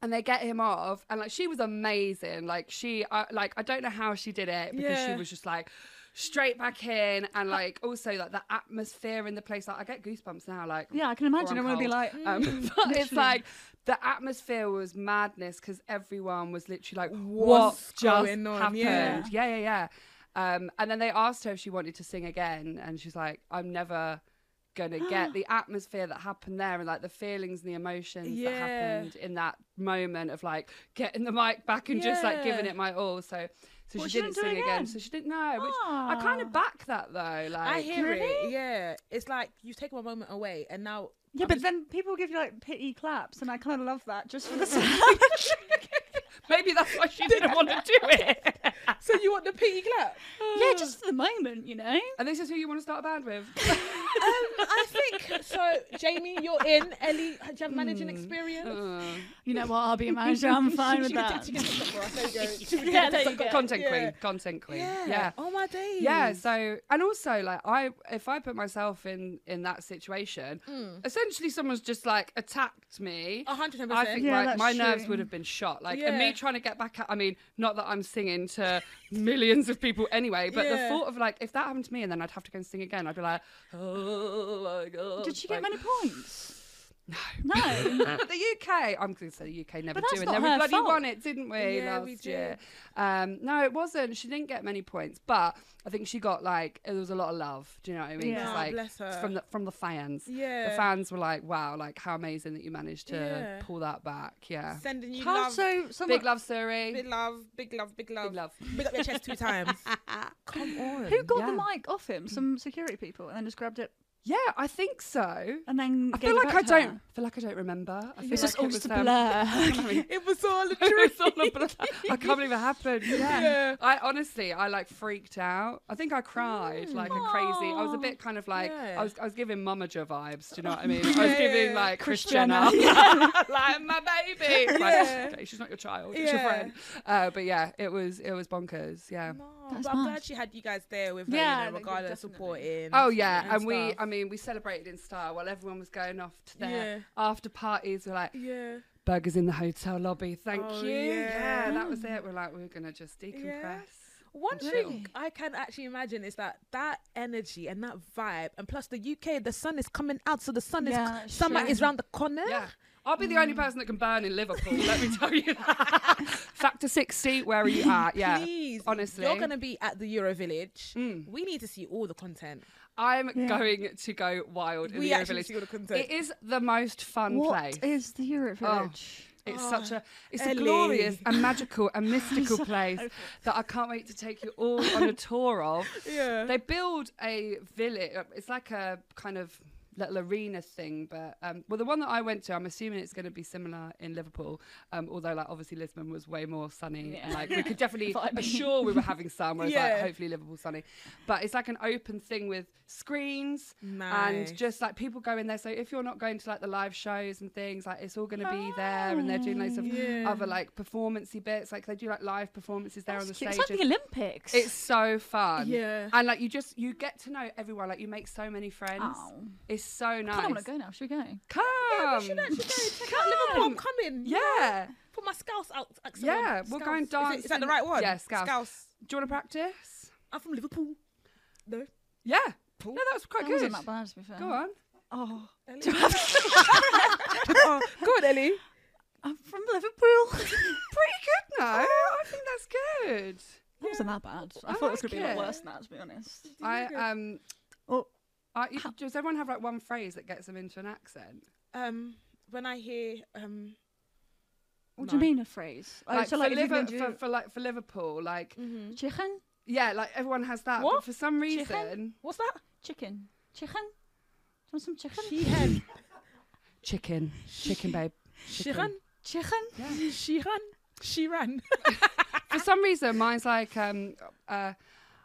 [SPEAKER 2] and they get him off, and like she was amazing. Like she, I like I don't know how she did it because she
[SPEAKER 4] Yeah.
[SPEAKER 2] was just like straight back in, and like also like the atmosphere in the place. Like I get goosebumps now. Like
[SPEAKER 5] yeah, I can
[SPEAKER 2] or
[SPEAKER 5] imagine.
[SPEAKER 2] I'm
[SPEAKER 5] I want to be
[SPEAKER 2] cold.
[SPEAKER 5] like,
[SPEAKER 2] Um, but it's
[SPEAKER 5] Literally.
[SPEAKER 2] like the atmosphere was madness because everyone was literally like, "What
[SPEAKER 4] What's
[SPEAKER 2] just
[SPEAKER 4] going on?
[SPEAKER 2] happened?"
[SPEAKER 4] Yeah.
[SPEAKER 2] Yeah, yeah, yeah. Um, and then they asked her if she wanted to sing again, and she's like, "I'm never gonna get the atmosphere that happened there, and like the feelings and the emotions
[SPEAKER 4] Yeah.
[SPEAKER 2] that happened in that moment of like getting the mic back and just like giving
[SPEAKER 4] Yeah.
[SPEAKER 2] it my all." So. So
[SPEAKER 5] Well,
[SPEAKER 2] she,
[SPEAKER 5] she
[SPEAKER 2] didn't
[SPEAKER 5] didn't do it
[SPEAKER 2] sing again.
[SPEAKER 5] again.
[SPEAKER 2] So she didn't know. Which I kind
[SPEAKER 5] Ah.
[SPEAKER 2] of back that though. Like
[SPEAKER 4] I hear
[SPEAKER 5] Really?
[SPEAKER 4] it. Yeah, it's like you've taken a moment away, and now
[SPEAKER 5] yeah,
[SPEAKER 4] I'm
[SPEAKER 5] but
[SPEAKER 4] just-
[SPEAKER 5] then people give you like pity claps, and I kind of love that just for the sound.
[SPEAKER 2] maybe that's why she didn't want to do it.
[SPEAKER 4] so you want the pity clap?
[SPEAKER 5] yeah, just for the moment, you know.
[SPEAKER 2] And this is who you want to start a band with.
[SPEAKER 4] um, I think so. Jamie, you're in. Ellie, do you have managing
[SPEAKER 2] Mm.
[SPEAKER 4] experience?
[SPEAKER 2] Uh,
[SPEAKER 5] You know what? I'll be a manager. I'm fine with
[SPEAKER 4] She can-
[SPEAKER 5] that.
[SPEAKER 4] she can have that for us. There you go. She can have
[SPEAKER 5] Yeah,
[SPEAKER 4] that
[SPEAKER 5] there
[SPEAKER 4] for
[SPEAKER 5] you go.
[SPEAKER 4] us.
[SPEAKER 2] content
[SPEAKER 4] Yeah.
[SPEAKER 2] queen, content queen.
[SPEAKER 4] Yeah.
[SPEAKER 2] Yeah.
[SPEAKER 4] Oh my days.
[SPEAKER 2] Yeah, so and also like I if I put myself in in that situation, essentially someone's just like attacked me.
[SPEAKER 4] Mm. A hundred and
[SPEAKER 2] I
[SPEAKER 4] percent.
[SPEAKER 2] think
[SPEAKER 5] Yeah,
[SPEAKER 2] like
[SPEAKER 5] that's
[SPEAKER 2] my nerves
[SPEAKER 5] true.
[SPEAKER 2] would have been shot. Like and
[SPEAKER 4] Yeah.
[SPEAKER 2] me trying to get back at I mean, not that I'm singing to millions of people anyway, but
[SPEAKER 4] Yeah.
[SPEAKER 2] the thought of like if that happened to me and then I'd have to go and sing again, I'd be like, Oh my god.
[SPEAKER 5] Did she get
[SPEAKER 2] like-
[SPEAKER 5] many points? No. No.
[SPEAKER 2] But the UK, I'm going to say the UK never
[SPEAKER 5] But that's
[SPEAKER 2] do, and
[SPEAKER 5] not
[SPEAKER 2] then we
[SPEAKER 5] her
[SPEAKER 2] bloody
[SPEAKER 5] fault.
[SPEAKER 2] won it, didn't we?
[SPEAKER 4] Yeah,
[SPEAKER 2] last
[SPEAKER 4] we
[SPEAKER 2] year. Um, no, it wasn't. She didn't get many points, but I think she got like there was a lot of love. Do you know what I mean?
[SPEAKER 5] Yeah.
[SPEAKER 2] It's
[SPEAKER 5] Nah,
[SPEAKER 2] like
[SPEAKER 4] Oh, bless her.
[SPEAKER 2] from the from the fans.
[SPEAKER 4] Yeah.
[SPEAKER 2] the fans were like, "Wow, like how amazing that you managed to
[SPEAKER 4] Yeah.
[SPEAKER 2] pull that back." Yeah,
[SPEAKER 4] Sending you
[SPEAKER 5] How
[SPEAKER 4] love.
[SPEAKER 5] so? Someone,
[SPEAKER 2] big love, Surrey.
[SPEAKER 4] Big love, big love, big love.
[SPEAKER 2] love.
[SPEAKER 4] Big up your chest two times. Come on.
[SPEAKER 5] who got the
[SPEAKER 2] Yeah.
[SPEAKER 5] mic off him? Some security people, and then just grabbed it,
[SPEAKER 2] yeah, I think so.
[SPEAKER 5] and then.
[SPEAKER 2] I
[SPEAKER 5] gave
[SPEAKER 2] feel
[SPEAKER 5] it
[SPEAKER 2] like I
[SPEAKER 5] back to
[SPEAKER 2] don't.
[SPEAKER 5] her.
[SPEAKER 2] I feel like I don't remember. I feel
[SPEAKER 5] It's
[SPEAKER 2] like
[SPEAKER 5] just all just a
[SPEAKER 2] um,
[SPEAKER 5] blur.
[SPEAKER 4] It was all a
[SPEAKER 2] It was
[SPEAKER 4] dream.
[SPEAKER 2] all a blur. I can't believe it happened. Yeah.
[SPEAKER 4] Yeah.
[SPEAKER 2] I honestly, I like freaked out. I think I cried like a crazy. I was a
[SPEAKER 5] Aw.
[SPEAKER 2] bit kind of like
[SPEAKER 4] Mm. Yeah.
[SPEAKER 2] I was I was giving Mamager vibes. Do you know what I mean? I
[SPEAKER 4] Yeah,
[SPEAKER 2] was
[SPEAKER 4] yeah.
[SPEAKER 2] giving like Chris
[SPEAKER 5] Christiana.
[SPEAKER 2] Jenner, like my baby. It's like,
[SPEAKER 4] Yeah.
[SPEAKER 2] okay, she's not your child. She's
[SPEAKER 4] Yeah.
[SPEAKER 2] your friend. Uh, but yeah, it was it was bonkers. Yeah.
[SPEAKER 4] No,
[SPEAKER 5] That's
[SPEAKER 4] but I'm
[SPEAKER 5] mad.
[SPEAKER 4] glad she had you guys there with her,
[SPEAKER 5] Yeah,
[SPEAKER 4] you
[SPEAKER 5] that-
[SPEAKER 4] know, regardless,
[SPEAKER 5] definitely.
[SPEAKER 4] supporting.
[SPEAKER 2] Oh yeah, and, we,
[SPEAKER 4] stuff.
[SPEAKER 2] I mean, we celebrated in style while everyone was going off to their
[SPEAKER 4] Yeah.
[SPEAKER 2] after parties. We're like,
[SPEAKER 4] Yeah.
[SPEAKER 2] burgers in the hotel lobby. Thank
[SPEAKER 4] Oh,
[SPEAKER 2] you.
[SPEAKER 4] yeah.
[SPEAKER 2] Yeah. that was it. We're like, we are gonna just decompress.
[SPEAKER 4] One
[SPEAKER 2] Yeah.
[SPEAKER 4] thing I can actually imagine is that that energy and that vibe, and plus the UK, the sun is coming out, so the sun is
[SPEAKER 5] Yeah,
[SPEAKER 4] summer
[SPEAKER 5] sure.
[SPEAKER 4] is round the corner.
[SPEAKER 2] Yeah. I'll be the only person that can burn in Liverpool, let me tell you that. Factor 60, where are you at? Yeah.
[SPEAKER 4] Please,
[SPEAKER 2] Honestly. Mm.
[SPEAKER 4] you're gonna be at the Euro Village. We need to see all the content.
[SPEAKER 2] I'm going to go wild in
[SPEAKER 4] We
[SPEAKER 2] the Euro
[SPEAKER 4] actually
[SPEAKER 2] Village.
[SPEAKER 4] see all the content.
[SPEAKER 2] It is the most fun
[SPEAKER 5] What
[SPEAKER 2] place.
[SPEAKER 5] is the Euro
[SPEAKER 2] Oh,
[SPEAKER 5] Village?
[SPEAKER 2] It's such a it's
[SPEAKER 4] Ah, Ellie.
[SPEAKER 2] a glorious and magical and mystical place that I can't wait to take you all on a tour of.
[SPEAKER 4] Yeah.
[SPEAKER 2] They build a village it's like a kind of little arena thing but um well the one that I went to I'm assuming it's going to be similar in Liverpool um although like obviously Lisbon was way more sunny and like we could definitely
[SPEAKER 5] Vibing.
[SPEAKER 2] assure we were having sun whereas
[SPEAKER 4] Yeah.
[SPEAKER 2] like hopefully Liverpool's sunny but it's like an open thing with screens
[SPEAKER 4] Nice.
[SPEAKER 2] and just like people go in there so if you're not going to like the live shows and things like it's all going to be there and they're doing loads of other like performancey bits like they do like live performances there on the
[SPEAKER 5] It's cute.
[SPEAKER 2] stage
[SPEAKER 5] It's like the Olympics.
[SPEAKER 2] it's so fun
[SPEAKER 4] Yeah.
[SPEAKER 2] and like you just you get to know everyone like you make so many friends
[SPEAKER 5] Oh.
[SPEAKER 2] it's so
[SPEAKER 5] I
[SPEAKER 2] nice
[SPEAKER 5] kind of want to go now. Should we go?
[SPEAKER 2] come
[SPEAKER 4] Yeah, we should actually go check out Liverpool. I'm coming.
[SPEAKER 2] Um, yeah.
[SPEAKER 4] Put my scouse out. accent on.
[SPEAKER 2] Yeah, we'll go and
[SPEAKER 4] Scouse. Is, it-
[SPEAKER 2] dance
[SPEAKER 4] is that the
[SPEAKER 2] and-
[SPEAKER 4] right one?
[SPEAKER 2] Yeah, scouse.
[SPEAKER 4] Scouse.
[SPEAKER 2] do you want to practice
[SPEAKER 4] I'm from Liverpool. No.
[SPEAKER 2] yeah no that was quite
[SPEAKER 5] That
[SPEAKER 2] good
[SPEAKER 5] wasn't that bad, to be fair.
[SPEAKER 2] go on
[SPEAKER 5] Oh,
[SPEAKER 4] Ellie. oh, good, Ellie.
[SPEAKER 5] that bad. I,
[SPEAKER 2] I
[SPEAKER 5] thought it was
[SPEAKER 2] like
[SPEAKER 5] gonna be a
[SPEAKER 2] it.
[SPEAKER 5] lot worse than that, to be honest.
[SPEAKER 2] I
[SPEAKER 4] uh,
[SPEAKER 2] um.
[SPEAKER 1] Oh.
[SPEAKER 2] I, you- does everyone have like one phrase that gets them into an accent?
[SPEAKER 4] Um, when I hear um,
[SPEAKER 5] What
[SPEAKER 4] No.
[SPEAKER 5] do you mean a phrase? Oh,
[SPEAKER 2] Like,
[SPEAKER 5] so like
[SPEAKER 2] for,
[SPEAKER 5] if you
[SPEAKER 2] Liver-
[SPEAKER 5] can
[SPEAKER 2] for,
[SPEAKER 5] do
[SPEAKER 2] for like for Liverpool, like
[SPEAKER 4] Mm-hmm.
[SPEAKER 5] chicken,
[SPEAKER 2] yeah, like everyone has that. But
[SPEAKER 4] What?
[SPEAKER 2] for some reason,
[SPEAKER 5] Chicken?
[SPEAKER 4] what's that?
[SPEAKER 5] chicken, chicken. Do you want some chicken?
[SPEAKER 4] She hen,
[SPEAKER 2] chicken, chicken, babe.
[SPEAKER 4] she ran,
[SPEAKER 5] chicken.
[SPEAKER 4] she ran, she ran.
[SPEAKER 2] For some reason, mine's like um, uh,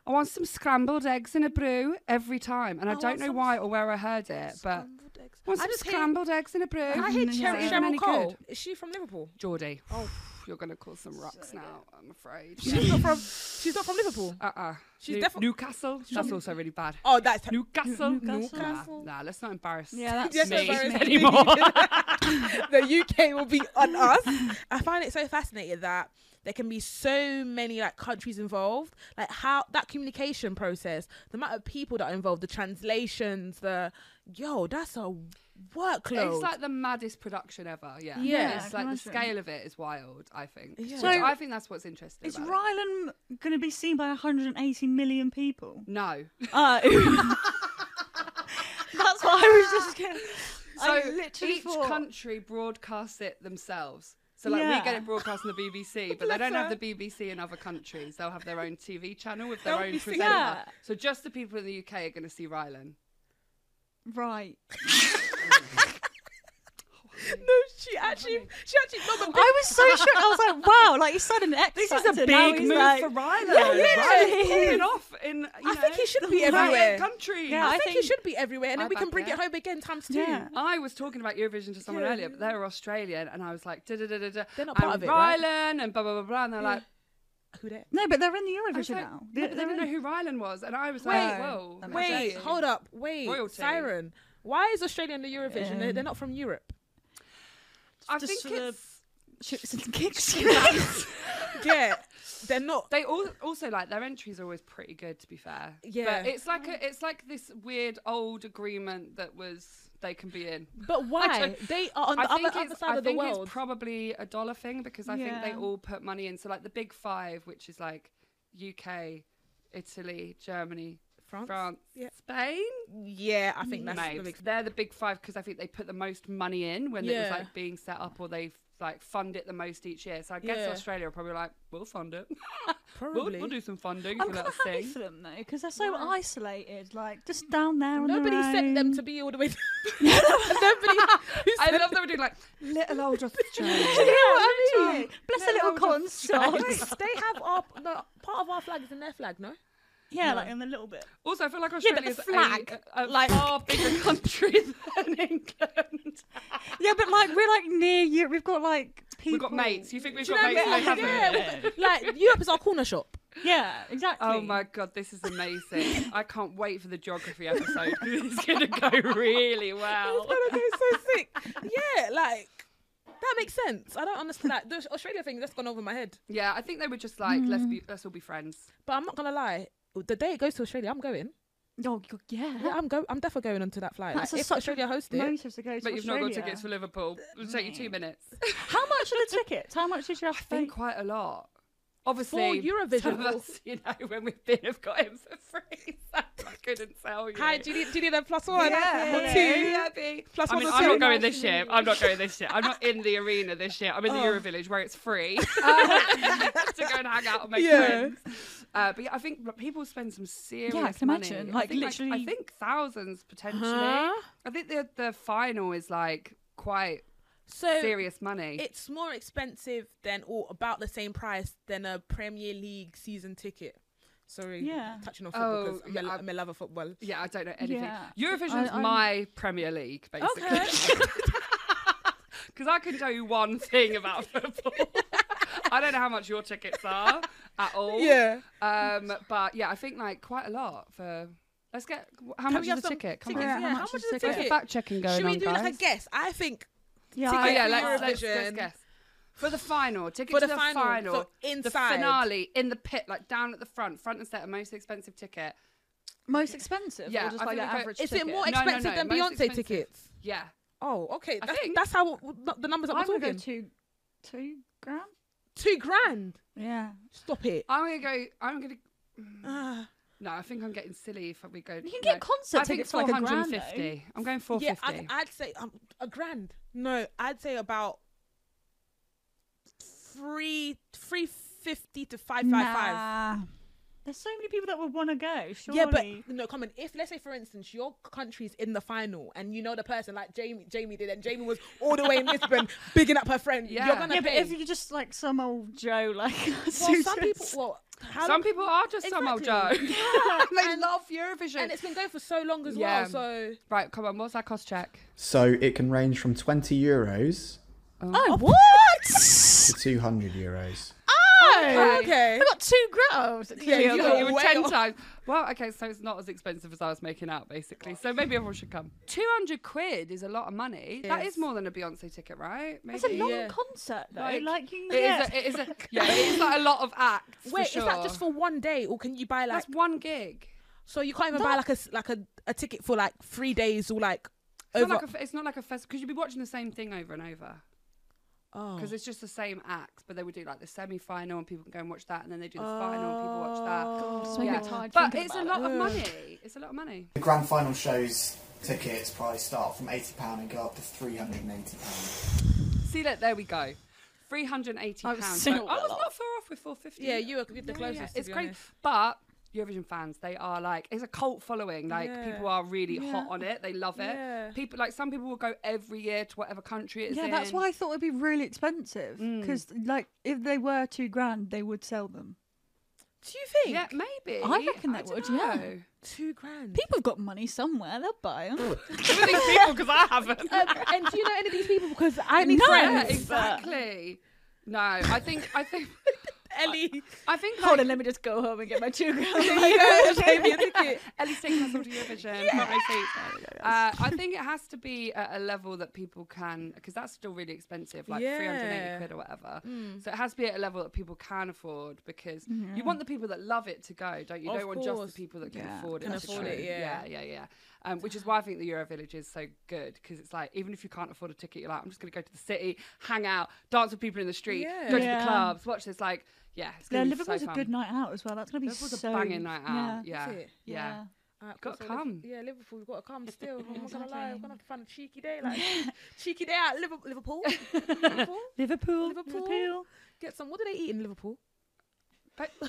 [SPEAKER 2] I want some scrambled eggs in a brew every time, and I,
[SPEAKER 4] I
[SPEAKER 2] don't
[SPEAKER 4] want
[SPEAKER 2] know
[SPEAKER 4] some
[SPEAKER 2] why or where I heard it, but
[SPEAKER 4] Scrambled eggs.
[SPEAKER 2] want
[SPEAKER 4] I
[SPEAKER 2] some
[SPEAKER 4] just hate-
[SPEAKER 2] scrambled eggs in a brew. Mm,
[SPEAKER 4] I hate Cheryl,
[SPEAKER 2] Is it
[SPEAKER 4] Cheryl
[SPEAKER 2] any
[SPEAKER 4] Cole.
[SPEAKER 2] good?
[SPEAKER 4] Is she from Liverpool?
[SPEAKER 2] Geordie.
[SPEAKER 4] Oh.
[SPEAKER 2] You're gonna cause some rocks now, I'm afraid.
[SPEAKER 4] She's not from. She's not from Liverpool.
[SPEAKER 2] Uh uh
[SPEAKER 4] She's
[SPEAKER 2] New-
[SPEAKER 4] defi-
[SPEAKER 2] Newcastle. That's also really bad.
[SPEAKER 4] Oh, that's her.
[SPEAKER 2] Newcastle.
[SPEAKER 5] Newcastle.
[SPEAKER 2] Nah, nah, let's not embarrass.
[SPEAKER 5] Yeah, that's
[SPEAKER 4] Yes,
[SPEAKER 5] me.
[SPEAKER 4] sorry,
[SPEAKER 2] me
[SPEAKER 4] sorry.
[SPEAKER 2] anymore.
[SPEAKER 4] the UK will be on us. I find it so fascinating that there can be so many like countries involved. Like how that communication process, the amount of people that are involved, the translations, the yo, that's a workload.
[SPEAKER 2] It's like the maddest production ever. Yeah.
[SPEAKER 4] Yeah,
[SPEAKER 2] It's like the
[SPEAKER 5] I can imagine.
[SPEAKER 2] scale of it is wild, I think.
[SPEAKER 4] Yeah.
[SPEAKER 2] So
[SPEAKER 4] So-
[SPEAKER 2] I think that's what's interesting.
[SPEAKER 5] Is
[SPEAKER 2] about it.
[SPEAKER 5] Rylan going to be seen by 180 million people?
[SPEAKER 2] No.
[SPEAKER 5] Oh. That's what I was just going
[SPEAKER 2] So
[SPEAKER 5] I literally
[SPEAKER 2] each
[SPEAKER 5] thought-
[SPEAKER 2] country broadcasts it themselves. So like we get
[SPEAKER 5] Yeah.
[SPEAKER 2] it broadcast on the BBC, but they don't have the BBC in other countries. They'll have their own TV channel with their
[SPEAKER 4] That would
[SPEAKER 2] own
[SPEAKER 4] be
[SPEAKER 2] presenter.
[SPEAKER 4] sick.
[SPEAKER 5] Yeah.
[SPEAKER 2] So just the people in the UK are going to see Rylan.
[SPEAKER 5] Right.
[SPEAKER 4] no, she actually, she actually. No, but
[SPEAKER 5] I was so shocked. I was like, wow, like he's sudden X
[SPEAKER 2] This is a
[SPEAKER 5] Factor.
[SPEAKER 2] big
[SPEAKER 5] Now he's
[SPEAKER 2] move
[SPEAKER 5] like-
[SPEAKER 2] for Rylan.
[SPEAKER 5] Yeah, literally.
[SPEAKER 2] Pulling off in. You
[SPEAKER 4] I
[SPEAKER 2] know,
[SPEAKER 4] think he should be
[SPEAKER 2] the
[SPEAKER 4] everywhere.
[SPEAKER 2] Country.
[SPEAKER 5] Yeah,
[SPEAKER 4] I,
[SPEAKER 5] I
[SPEAKER 4] think,
[SPEAKER 5] think-
[SPEAKER 4] it should be everywhere, and
[SPEAKER 2] I
[SPEAKER 4] then we can
[SPEAKER 2] back
[SPEAKER 4] bring
[SPEAKER 2] it.
[SPEAKER 4] it home again times two.
[SPEAKER 5] Yeah.
[SPEAKER 2] I was talking about Eurovision to someone earlier, but they're Australian, and I was like, da da da da da.
[SPEAKER 4] They're not part
[SPEAKER 2] and
[SPEAKER 4] of it, right?
[SPEAKER 2] Rylan and blah blah blah blah, and they're like,
[SPEAKER 4] Who that?
[SPEAKER 5] No, but they're in the
[SPEAKER 2] I was
[SPEAKER 5] Eurovision
[SPEAKER 2] like,
[SPEAKER 5] now.
[SPEAKER 2] yeah, but they
[SPEAKER 5] They're
[SPEAKER 2] didn't know who
[SPEAKER 5] in-
[SPEAKER 2] Rylan was, and I was
[SPEAKER 4] Wait,
[SPEAKER 2] like, whoa,
[SPEAKER 5] that makes
[SPEAKER 4] Wait,
[SPEAKER 5] sense.
[SPEAKER 4] hold up, wait,
[SPEAKER 2] Royalty.
[SPEAKER 4] Siren. Why is Australia in the Eurovision? They're-
[SPEAKER 5] Um,
[SPEAKER 4] They're not from Europe.
[SPEAKER 2] I
[SPEAKER 5] Just
[SPEAKER 2] think
[SPEAKER 5] for the-
[SPEAKER 2] it's.
[SPEAKER 5] Shoots and kicks. That's
[SPEAKER 4] yeah, they're not.
[SPEAKER 2] They all also like their entries are always pretty good, to be fair.
[SPEAKER 4] Yeah.
[SPEAKER 2] but it's like a, it's like this weird old agreement that was they can be in.
[SPEAKER 4] But why?
[SPEAKER 2] don't-
[SPEAKER 4] They are on
[SPEAKER 2] I
[SPEAKER 4] the other,
[SPEAKER 2] think
[SPEAKER 4] other
[SPEAKER 2] it's-
[SPEAKER 4] side
[SPEAKER 2] I
[SPEAKER 4] of the
[SPEAKER 2] think
[SPEAKER 4] world.
[SPEAKER 2] it's probably a dollar thing because I think
[SPEAKER 5] Yeah.
[SPEAKER 2] they all put money in. So like the big five, which is like UK, Italy, Germany,
[SPEAKER 4] France? Yeah.
[SPEAKER 2] Spain.
[SPEAKER 4] yeah, I think that's
[SPEAKER 2] Mate,
[SPEAKER 4] the big-
[SPEAKER 2] they're the big five because I think they put the most money in when it was
[SPEAKER 4] Yeah.
[SPEAKER 2] like being set up, or they like fund it the most each year. So I guess
[SPEAKER 4] Yeah.
[SPEAKER 2] Australia are probably like, we'll fund it. we'll,
[SPEAKER 4] Probably. Oh,
[SPEAKER 2] we'll do some funding.
[SPEAKER 5] I'm
[SPEAKER 2] for
[SPEAKER 5] kind
[SPEAKER 2] that
[SPEAKER 5] of happy
[SPEAKER 2] thing.
[SPEAKER 5] for them though, because they're so isolated, like just down there. on
[SPEAKER 4] Nobody
[SPEAKER 5] their
[SPEAKER 4] sent them
[SPEAKER 5] own.
[SPEAKER 4] to be all the way. Nobody. who
[SPEAKER 2] I
[SPEAKER 4] sent-
[SPEAKER 2] love that we're doing like little old
[SPEAKER 5] Do you
[SPEAKER 2] Australia.
[SPEAKER 5] know what I mean? Bless
[SPEAKER 4] No,
[SPEAKER 5] their little
[SPEAKER 4] hold on. Wait,
[SPEAKER 5] consorts.
[SPEAKER 4] they have our no, part of our flag is in their flag, no?
[SPEAKER 5] Yeah, like in a little bit.
[SPEAKER 2] Also, I feel like
[SPEAKER 5] Yeah, but the
[SPEAKER 2] Australia is
[SPEAKER 5] flag,
[SPEAKER 2] a, a
[SPEAKER 5] like-
[SPEAKER 2] far bigger country than England.
[SPEAKER 5] Yeah, but like we're like near you. We've got like people.
[SPEAKER 2] We've got mates. You think we've
[SPEAKER 4] Do you
[SPEAKER 2] got
[SPEAKER 4] know
[SPEAKER 2] mates?
[SPEAKER 4] what I
[SPEAKER 2] They
[SPEAKER 4] mean?
[SPEAKER 2] haven't.
[SPEAKER 4] Yeah, we've got- like Europe is our corner shop.
[SPEAKER 5] Yeah, exactly.
[SPEAKER 2] Oh my god, this is amazing! I can't wait for the geography episode. It's gonna go really well.
[SPEAKER 4] It's so sick. Yeah, like that makes sense. I don't understand. Like the Australia thing that's gone over my head.
[SPEAKER 2] Yeah, I think they were just like,
[SPEAKER 4] Hmm.
[SPEAKER 2] let's be, let's all be friends.
[SPEAKER 4] But I'm not gonna lie. The day it goes to Australia, I'm going.
[SPEAKER 5] Oh God, yeah.
[SPEAKER 4] Yeah, I'm go. I'm definitely going onto that flight. Like,
[SPEAKER 5] That's a
[SPEAKER 4] if
[SPEAKER 5] such a
[SPEAKER 4] Australia hosted,
[SPEAKER 5] Motive to go to
[SPEAKER 2] But you've not got
[SPEAKER 5] Australia.
[SPEAKER 2] tickets for Liverpool. It'll take you two minutes.
[SPEAKER 5] How much are the tickets? How much did you have to
[SPEAKER 2] I think
[SPEAKER 5] pay?
[SPEAKER 2] quite a lot. Obviously,
[SPEAKER 4] Eurovision.
[SPEAKER 2] some of us, you know, when we've been, have got him for free. So I couldn't tell you.
[SPEAKER 4] Hi, do you need, do you need a plus one
[SPEAKER 2] Yeah,
[SPEAKER 4] or two?
[SPEAKER 2] yeah, B.
[SPEAKER 4] Plus
[SPEAKER 2] I
[SPEAKER 4] one
[SPEAKER 2] mean,
[SPEAKER 4] or
[SPEAKER 2] I'm
[SPEAKER 4] two.
[SPEAKER 2] not going this year. I'm not going this year. I'm not in the arena this year. I'm in the
[SPEAKER 5] Oh.
[SPEAKER 2] Eurovillage where it's free to go and hang out and make
[SPEAKER 4] Yeah.
[SPEAKER 2] friends. Uh, but yeah, I think like, people spend some serious
[SPEAKER 5] I can
[SPEAKER 2] money.
[SPEAKER 5] imagine.
[SPEAKER 2] I
[SPEAKER 5] Like,
[SPEAKER 2] think, I
[SPEAKER 5] literally-
[SPEAKER 2] think thousands potentially.
[SPEAKER 4] Huh?
[SPEAKER 2] I think the the final is like quite
[SPEAKER 4] So
[SPEAKER 2] serious money.
[SPEAKER 4] it's more expensive than or about the same price than a Premier League season ticket. Sorry,
[SPEAKER 5] Yeah.
[SPEAKER 4] touching on football because
[SPEAKER 2] Oh,
[SPEAKER 4] I'm, a-
[SPEAKER 2] yeah, I-
[SPEAKER 4] I'm a lover of football.
[SPEAKER 2] yeah, I don't know anything.
[SPEAKER 5] Yeah.
[SPEAKER 2] Eurovision's
[SPEAKER 5] I- I'm-
[SPEAKER 2] my Premier League, basically. Because I can tell you one thing about football. I don't know how much your tickets are at all.
[SPEAKER 4] Yeah.
[SPEAKER 2] Um, but yeah, I think like quite a lot for. Let's get how
[SPEAKER 4] Can
[SPEAKER 2] much
[SPEAKER 4] we
[SPEAKER 2] is
[SPEAKER 4] have
[SPEAKER 2] a
[SPEAKER 4] some
[SPEAKER 2] ticket? Come
[SPEAKER 4] tickets?
[SPEAKER 2] on,
[SPEAKER 4] Yeah,
[SPEAKER 5] how
[SPEAKER 4] how
[SPEAKER 5] much
[SPEAKER 4] much
[SPEAKER 5] is
[SPEAKER 4] is
[SPEAKER 5] the
[SPEAKER 4] a
[SPEAKER 2] There's a
[SPEAKER 4] ticket?
[SPEAKER 2] fact checking going
[SPEAKER 4] Should we
[SPEAKER 2] on,
[SPEAKER 4] do
[SPEAKER 2] guys.
[SPEAKER 4] like a guess? I think
[SPEAKER 5] Yeah,
[SPEAKER 4] ticket
[SPEAKER 2] Oh yeah,
[SPEAKER 4] for
[SPEAKER 2] let's, let's, let's
[SPEAKER 4] Eurovision?
[SPEAKER 2] guess for the final ticket
[SPEAKER 4] For
[SPEAKER 2] to
[SPEAKER 4] the
[SPEAKER 2] the
[SPEAKER 4] final,
[SPEAKER 2] final,
[SPEAKER 4] so
[SPEAKER 2] the
[SPEAKER 4] inside.
[SPEAKER 2] finale in the pit, like down at the front, front and center, most expensive ticket.
[SPEAKER 5] most expensive.
[SPEAKER 2] Yeah,
[SPEAKER 5] or just
[SPEAKER 2] I
[SPEAKER 5] like the
[SPEAKER 2] think we go-
[SPEAKER 5] average
[SPEAKER 4] is
[SPEAKER 5] ticket.
[SPEAKER 4] it more
[SPEAKER 2] No, no,
[SPEAKER 4] expensive
[SPEAKER 2] no,
[SPEAKER 4] than
[SPEAKER 2] most
[SPEAKER 4] Beyonce
[SPEAKER 2] expensive.
[SPEAKER 4] tickets?
[SPEAKER 2] Yeah,
[SPEAKER 4] Oh, okay.
[SPEAKER 2] I
[SPEAKER 4] That's,
[SPEAKER 2] think.
[SPEAKER 4] that's how the numbers that we're
[SPEAKER 5] I'm gonna
[SPEAKER 4] talking.
[SPEAKER 5] go two, two grand.
[SPEAKER 4] Two grand.
[SPEAKER 5] Yeah.
[SPEAKER 4] Stop it.
[SPEAKER 2] I'm gonna go. I'm gonna.
[SPEAKER 4] Ah.
[SPEAKER 2] No, I think I'm getting silly if we go.
[SPEAKER 5] You can
[SPEAKER 2] no.
[SPEAKER 5] get concert
[SPEAKER 2] I think
[SPEAKER 5] tickets for like a grand,
[SPEAKER 2] 450. I'm going
[SPEAKER 4] yeah,
[SPEAKER 2] 450.
[SPEAKER 4] I, I'd say um, a grand. No, I'd say about three, three fifty to five five five.
[SPEAKER 5] Nah. There's so many people that would want to go. Surely.
[SPEAKER 4] Yeah, but no, come on. If let's say for instance your country's in the final and you know the person like Jamie, Jamie did, and Jamie was all the way in Lisbon bigging up her friend.
[SPEAKER 2] Yeah.
[SPEAKER 4] You're gonna
[SPEAKER 5] yeah, but
[SPEAKER 4] pay.
[SPEAKER 5] if you just like some old Joe, like
[SPEAKER 4] well, some people, well, how
[SPEAKER 2] Some people are just some old Joe.
[SPEAKER 4] Exactly.
[SPEAKER 2] they
[SPEAKER 4] And-
[SPEAKER 2] love Eurovision.
[SPEAKER 4] and it's been going for so long as
[SPEAKER 2] Yeah.
[SPEAKER 4] well. So
[SPEAKER 2] Right, come on. What's our cost check?
[SPEAKER 6] So it can range from 20 euros
[SPEAKER 5] oh, what?
[SPEAKER 6] to 200 euros.
[SPEAKER 5] Oh,
[SPEAKER 4] okay.
[SPEAKER 5] I got two grand.
[SPEAKER 4] Yeah, you
[SPEAKER 2] You
[SPEAKER 4] are
[SPEAKER 2] were
[SPEAKER 4] way
[SPEAKER 2] ten
[SPEAKER 4] off.
[SPEAKER 2] times. Oh, Well, okay, so it's not as expensive as I was making out, basically. So maybe everyone should come. Two hundred quid is a lot of money. That is more than a Beyonce ticket, right? Maybe.
[SPEAKER 5] It's a long
[SPEAKER 4] Yeah.
[SPEAKER 5] concert though.
[SPEAKER 2] Like,
[SPEAKER 5] Like, you
[SPEAKER 2] It is a, it is a, yeah, it is like a lot of acts.
[SPEAKER 4] wait,
[SPEAKER 2] for sure.
[SPEAKER 4] is that just for one day, or can you buy like?
[SPEAKER 2] That's one gig.
[SPEAKER 4] so you can't even buy like a s- like a, a ticket for like three days or like
[SPEAKER 2] It's
[SPEAKER 4] over.
[SPEAKER 2] not, like a, f- it's not like a festival because you'd be watching the same thing over and over
[SPEAKER 4] oh.
[SPEAKER 2] because it's just the same acts, but they would do like the semi final and people can go and watch that, and then they do the final and people watch
[SPEAKER 4] Oh.
[SPEAKER 2] that.
[SPEAKER 5] So
[SPEAKER 2] Yeah. But it's a lot
[SPEAKER 5] Mm.
[SPEAKER 2] of money. It's a lot of money.
[SPEAKER 7] The grand final shows tickets probably start from £80 and go up to £380.
[SPEAKER 2] See that? There we go. Three hundred and eighty
[SPEAKER 5] I was
[SPEAKER 2] pounds.
[SPEAKER 5] so
[SPEAKER 2] So I
[SPEAKER 5] well
[SPEAKER 2] was
[SPEAKER 5] off.
[SPEAKER 2] not far off with four fifty.
[SPEAKER 4] yeah, you were the closest. to
[SPEAKER 2] it's
[SPEAKER 4] be
[SPEAKER 2] great,
[SPEAKER 4] honest.
[SPEAKER 2] but Eurovision fans, they are like it's a cult following. Like
[SPEAKER 4] Yeah.
[SPEAKER 2] people are really hot
[SPEAKER 5] Yeah.
[SPEAKER 2] on it. They love it.
[SPEAKER 4] Yeah.
[SPEAKER 2] People like some people will go every year to whatever country it's
[SPEAKER 5] Yeah,
[SPEAKER 2] in.
[SPEAKER 5] that's why I thought it'd be really expensive because, like, if they were two grand, they would sell them.
[SPEAKER 4] Do you think
[SPEAKER 2] Yeah, maybe.
[SPEAKER 5] I reckon they
[SPEAKER 2] don't
[SPEAKER 5] would, yeah.
[SPEAKER 2] know.
[SPEAKER 4] two grand?
[SPEAKER 5] People have got money somewhere; they'll buy them.
[SPEAKER 4] um, and do you know any of these people? Because I need
[SPEAKER 5] No.
[SPEAKER 4] friends.
[SPEAKER 2] Yeah, exactly. No, I think I think
[SPEAKER 4] Ellie,
[SPEAKER 2] I think
[SPEAKER 5] Hold on,
[SPEAKER 2] like,
[SPEAKER 5] let me just go home and get my two
[SPEAKER 4] go,
[SPEAKER 5] grand.
[SPEAKER 4] pay me a ticket.
[SPEAKER 2] Ellie's taking us all to Eurovision. not my seat. Uh, I think it has to be at a level that people can, because that's still really expensive, like
[SPEAKER 4] Yeah.
[SPEAKER 2] 380 quid or whatever. So it has to be at a level that people can afford because you want the people that love it to go, don't you? You
[SPEAKER 4] Of
[SPEAKER 2] don't want just
[SPEAKER 4] course.
[SPEAKER 2] the people that can
[SPEAKER 5] Yeah.
[SPEAKER 2] afford it.
[SPEAKER 4] Can
[SPEAKER 2] to
[SPEAKER 4] afford
[SPEAKER 2] go.
[SPEAKER 4] it, yeah.
[SPEAKER 2] Yeah, yeah, yeah. Um, which is why I think the Euro Village is so good because it's like, even if you can't afford a ticket, you're like, I'm just going to go to the city, hang out, dance with people in the street,
[SPEAKER 4] Yeah.
[SPEAKER 2] go to the
[SPEAKER 5] Yeah.
[SPEAKER 2] clubs, watch this. Like, yeah, it's
[SPEAKER 5] yeah,
[SPEAKER 2] going to be so
[SPEAKER 5] Liverpool's a
[SPEAKER 2] fun.
[SPEAKER 5] good night out as well. That's gonna be
[SPEAKER 2] Liverpool's
[SPEAKER 5] so
[SPEAKER 2] a banging night out. Yeah.
[SPEAKER 4] Is
[SPEAKER 2] Yeah.
[SPEAKER 4] it?
[SPEAKER 2] yeah.
[SPEAKER 4] Alright,
[SPEAKER 2] Gotta
[SPEAKER 4] cool, so Liv-
[SPEAKER 2] come.
[SPEAKER 4] yeah, Liverpool, we've got to come still. I'm not gonna lie, we're gonna have to find a cheeky day, like cheeky day out, Liver- Liverpool. Liverpool.
[SPEAKER 5] Liverpool,
[SPEAKER 4] Liverpool. Get some. What do they eat in Liverpool?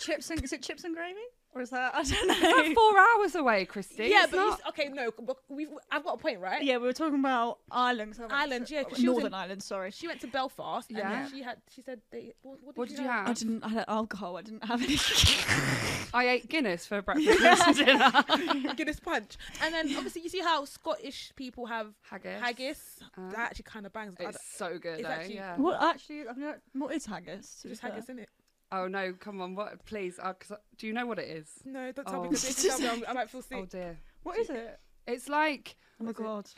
[SPEAKER 5] chips and is it chips and gravy or is that I don't
[SPEAKER 2] It's like
[SPEAKER 5] know.
[SPEAKER 2] four hours away, Christy.
[SPEAKER 4] yeah,
[SPEAKER 2] It's
[SPEAKER 4] but you
[SPEAKER 2] not-
[SPEAKER 4] s- okay, no, c- but we've I've got a point, right?
[SPEAKER 5] Yeah, we were talking about Ireland. So
[SPEAKER 4] Ireland, yeah, 'cause she was
[SPEAKER 5] Northern
[SPEAKER 4] in-
[SPEAKER 5] Ireland. Sorry,
[SPEAKER 4] She went to Belfast. Yeah.
[SPEAKER 2] Yeah.
[SPEAKER 4] And she had. She said they. What, what did,
[SPEAKER 2] What did you have?
[SPEAKER 5] I didn't. I had alcohol. I didn't have any.
[SPEAKER 2] I ate Guinness for breakfast and dinner.
[SPEAKER 4] Guinness punch. And then obviously you see how Scottish people have
[SPEAKER 2] Haggis.
[SPEAKER 4] haggis.
[SPEAKER 2] Um,
[SPEAKER 4] that actually kind of bangs. I d-
[SPEAKER 2] It's so good,
[SPEAKER 4] It's
[SPEAKER 2] though.
[SPEAKER 4] actually-
[SPEAKER 2] yeah.
[SPEAKER 5] Well, actually, I've never, what is haggis? to be
[SPEAKER 4] Just
[SPEAKER 5] fair?
[SPEAKER 4] haggis in it.
[SPEAKER 2] Oh no, come on, what? Please, uh, 'cause I- do you know what it is?
[SPEAKER 4] No, don't tell
[SPEAKER 2] Oh.
[SPEAKER 4] me because if you tell me, I'm- I might feel sick.
[SPEAKER 2] Oh dear,
[SPEAKER 5] What is it?
[SPEAKER 2] it's like
[SPEAKER 5] Oh my god!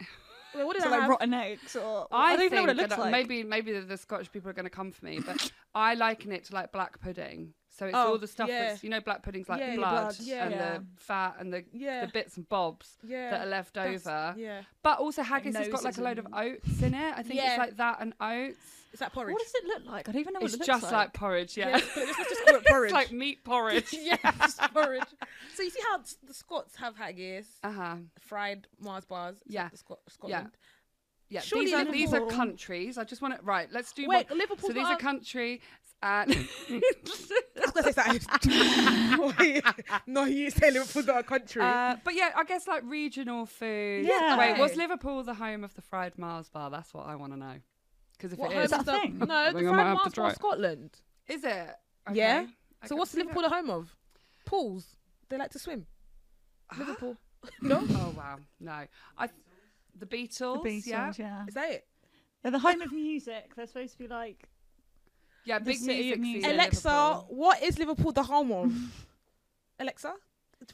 [SPEAKER 4] Wait, what did
[SPEAKER 5] Is it
[SPEAKER 4] I
[SPEAKER 5] like
[SPEAKER 4] have?
[SPEAKER 5] rotten eggs or
[SPEAKER 2] I,
[SPEAKER 5] I, don't
[SPEAKER 2] think
[SPEAKER 5] even know what it
[SPEAKER 2] that
[SPEAKER 5] looks like.
[SPEAKER 2] maybe maybe the, the Scottish people are going to come for me, but I liken it to like black pudding. So it's
[SPEAKER 4] Oh,
[SPEAKER 2] all the stuff
[SPEAKER 4] yeah.
[SPEAKER 2] that's you know black pudding's like
[SPEAKER 4] Yeah, yeah,
[SPEAKER 2] blood,
[SPEAKER 5] blood,
[SPEAKER 4] yeah.
[SPEAKER 2] and
[SPEAKER 5] Yeah.
[SPEAKER 2] the fat and the
[SPEAKER 4] Yeah.
[SPEAKER 2] the bits and bobs
[SPEAKER 4] Yeah.
[SPEAKER 2] that are left
[SPEAKER 4] That's-
[SPEAKER 2] over.
[SPEAKER 4] Yeah.
[SPEAKER 2] But also haggis has got
[SPEAKER 5] noses
[SPEAKER 2] like a load of
[SPEAKER 5] and-
[SPEAKER 2] oats in it. I think
[SPEAKER 4] Yeah.
[SPEAKER 2] it's like that and oats.
[SPEAKER 4] Is that porridge?
[SPEAKER 5] what does it look like? I don't even know what
[SPEAKER 2] It's
[SPEAKER 5] it looks
[SPEAKER 2] just like,
[SPEAKER 5] like.
[SPEAKER 2] porridge, yeah.
[SPEAKER 4] Yeah, let's- let's just call it porridge.
[SPEAKER 2] it's like meat porridge.
[SPEAKER 4] yeah, it's porridge. So you see how s- the Scots have haggis,
[SPEAKER 2] Uh huh.
[SPEAKER 4] fried Mars bars. except
[SPEAKER 2] Yeah.
[SPEAKER 4] the Sco- Scotland.
[SPEAKER 2] Yeah,
[SPEAKER 4] Surely
[SPEAKER 2] these are these are
[SPEAKER 4] Liverpool-
[SPEAKER 2] countries. I just want to right. Let's do
[SPEAKER 4] Wait,
[SPEAKER 2] one.
[SPEAKER 4] Liverpool's
[SPEAKER 2] So these
[SPEAKER 4] not
[SPEAKER 2] are
[SPEAKER 4] a-
[SPEAKER 2] countries and
[SPEAKER 4] I was gonna say something. no, you say Liverpool's not a country.
[SPEAKER 2] uh, but yeah, I guess like regional food.
[SPEAKER 5] Yeah.
[SPEAKER 2] Wait, was
[SPEAKER 4] Okay.
[SPEAKER 2] Liverpool the home of the fried Mars bar? That's what I want to know. Because if
[SPEAKER 4] what
[SPEAKER 2] it
[SPEAKER 4] home
[SPEAKER 2] is,
[SPEAKER 4] is
[SPEAKER 5] that
[SPEAKER 4] the,
[SPEAKER 5] a thing?
[SPEAKER 4] no,
[SPEAKER 2] I
[SPEAKER 4] the
[SPEAKER 2] think I might
[SPEAKER 4] fried
[SPEAKER 2] have to
[SPEAKER 4] Mars
[SPEAKER 2] try
[SPEAKER 4] bars
[SPEAKER 2] it.
[SPEAKER 4] Scotland.
[SPEAKER 2] is it?
[SPEAKER 4] Yeah.
[SPEAKER 2] Okay. I
[SPEAKER 4] So
[SPEAKER 2] couldn't
[SPEAKER 4] what's
[SPEAKER 2] see that.
[SPEAKER 4] Liverpool the home of? Pools. They like to swim. Liverpool. No,
[SPEAKER 2] Oh wow, no. I the Beatles.
[SPEAKER 5] The Beatles,
[SPEAKER 2] yeah,
[SPEAKER 5] yeah. yeah.
[SPEAKER 4] is that it?
[SPEAKER 5] They're the home of music. They're supposed to be like
[SPEAKER 2] yeah.
[SPEAKER 5] The
[SPEAKER 2] Big
[SPEAKER 5] city
[SPEAKER 2] music.
[SPEAKER 5] of
[SPEAKER 2] scene
[SPEAKER 5] music.
[SPEAKER 2] in
[SPEAKER 4] Alexa,
[SPEAKER 2] Liverpool.
[SPEAKER 4] what is Liverpool the home of? Alexa,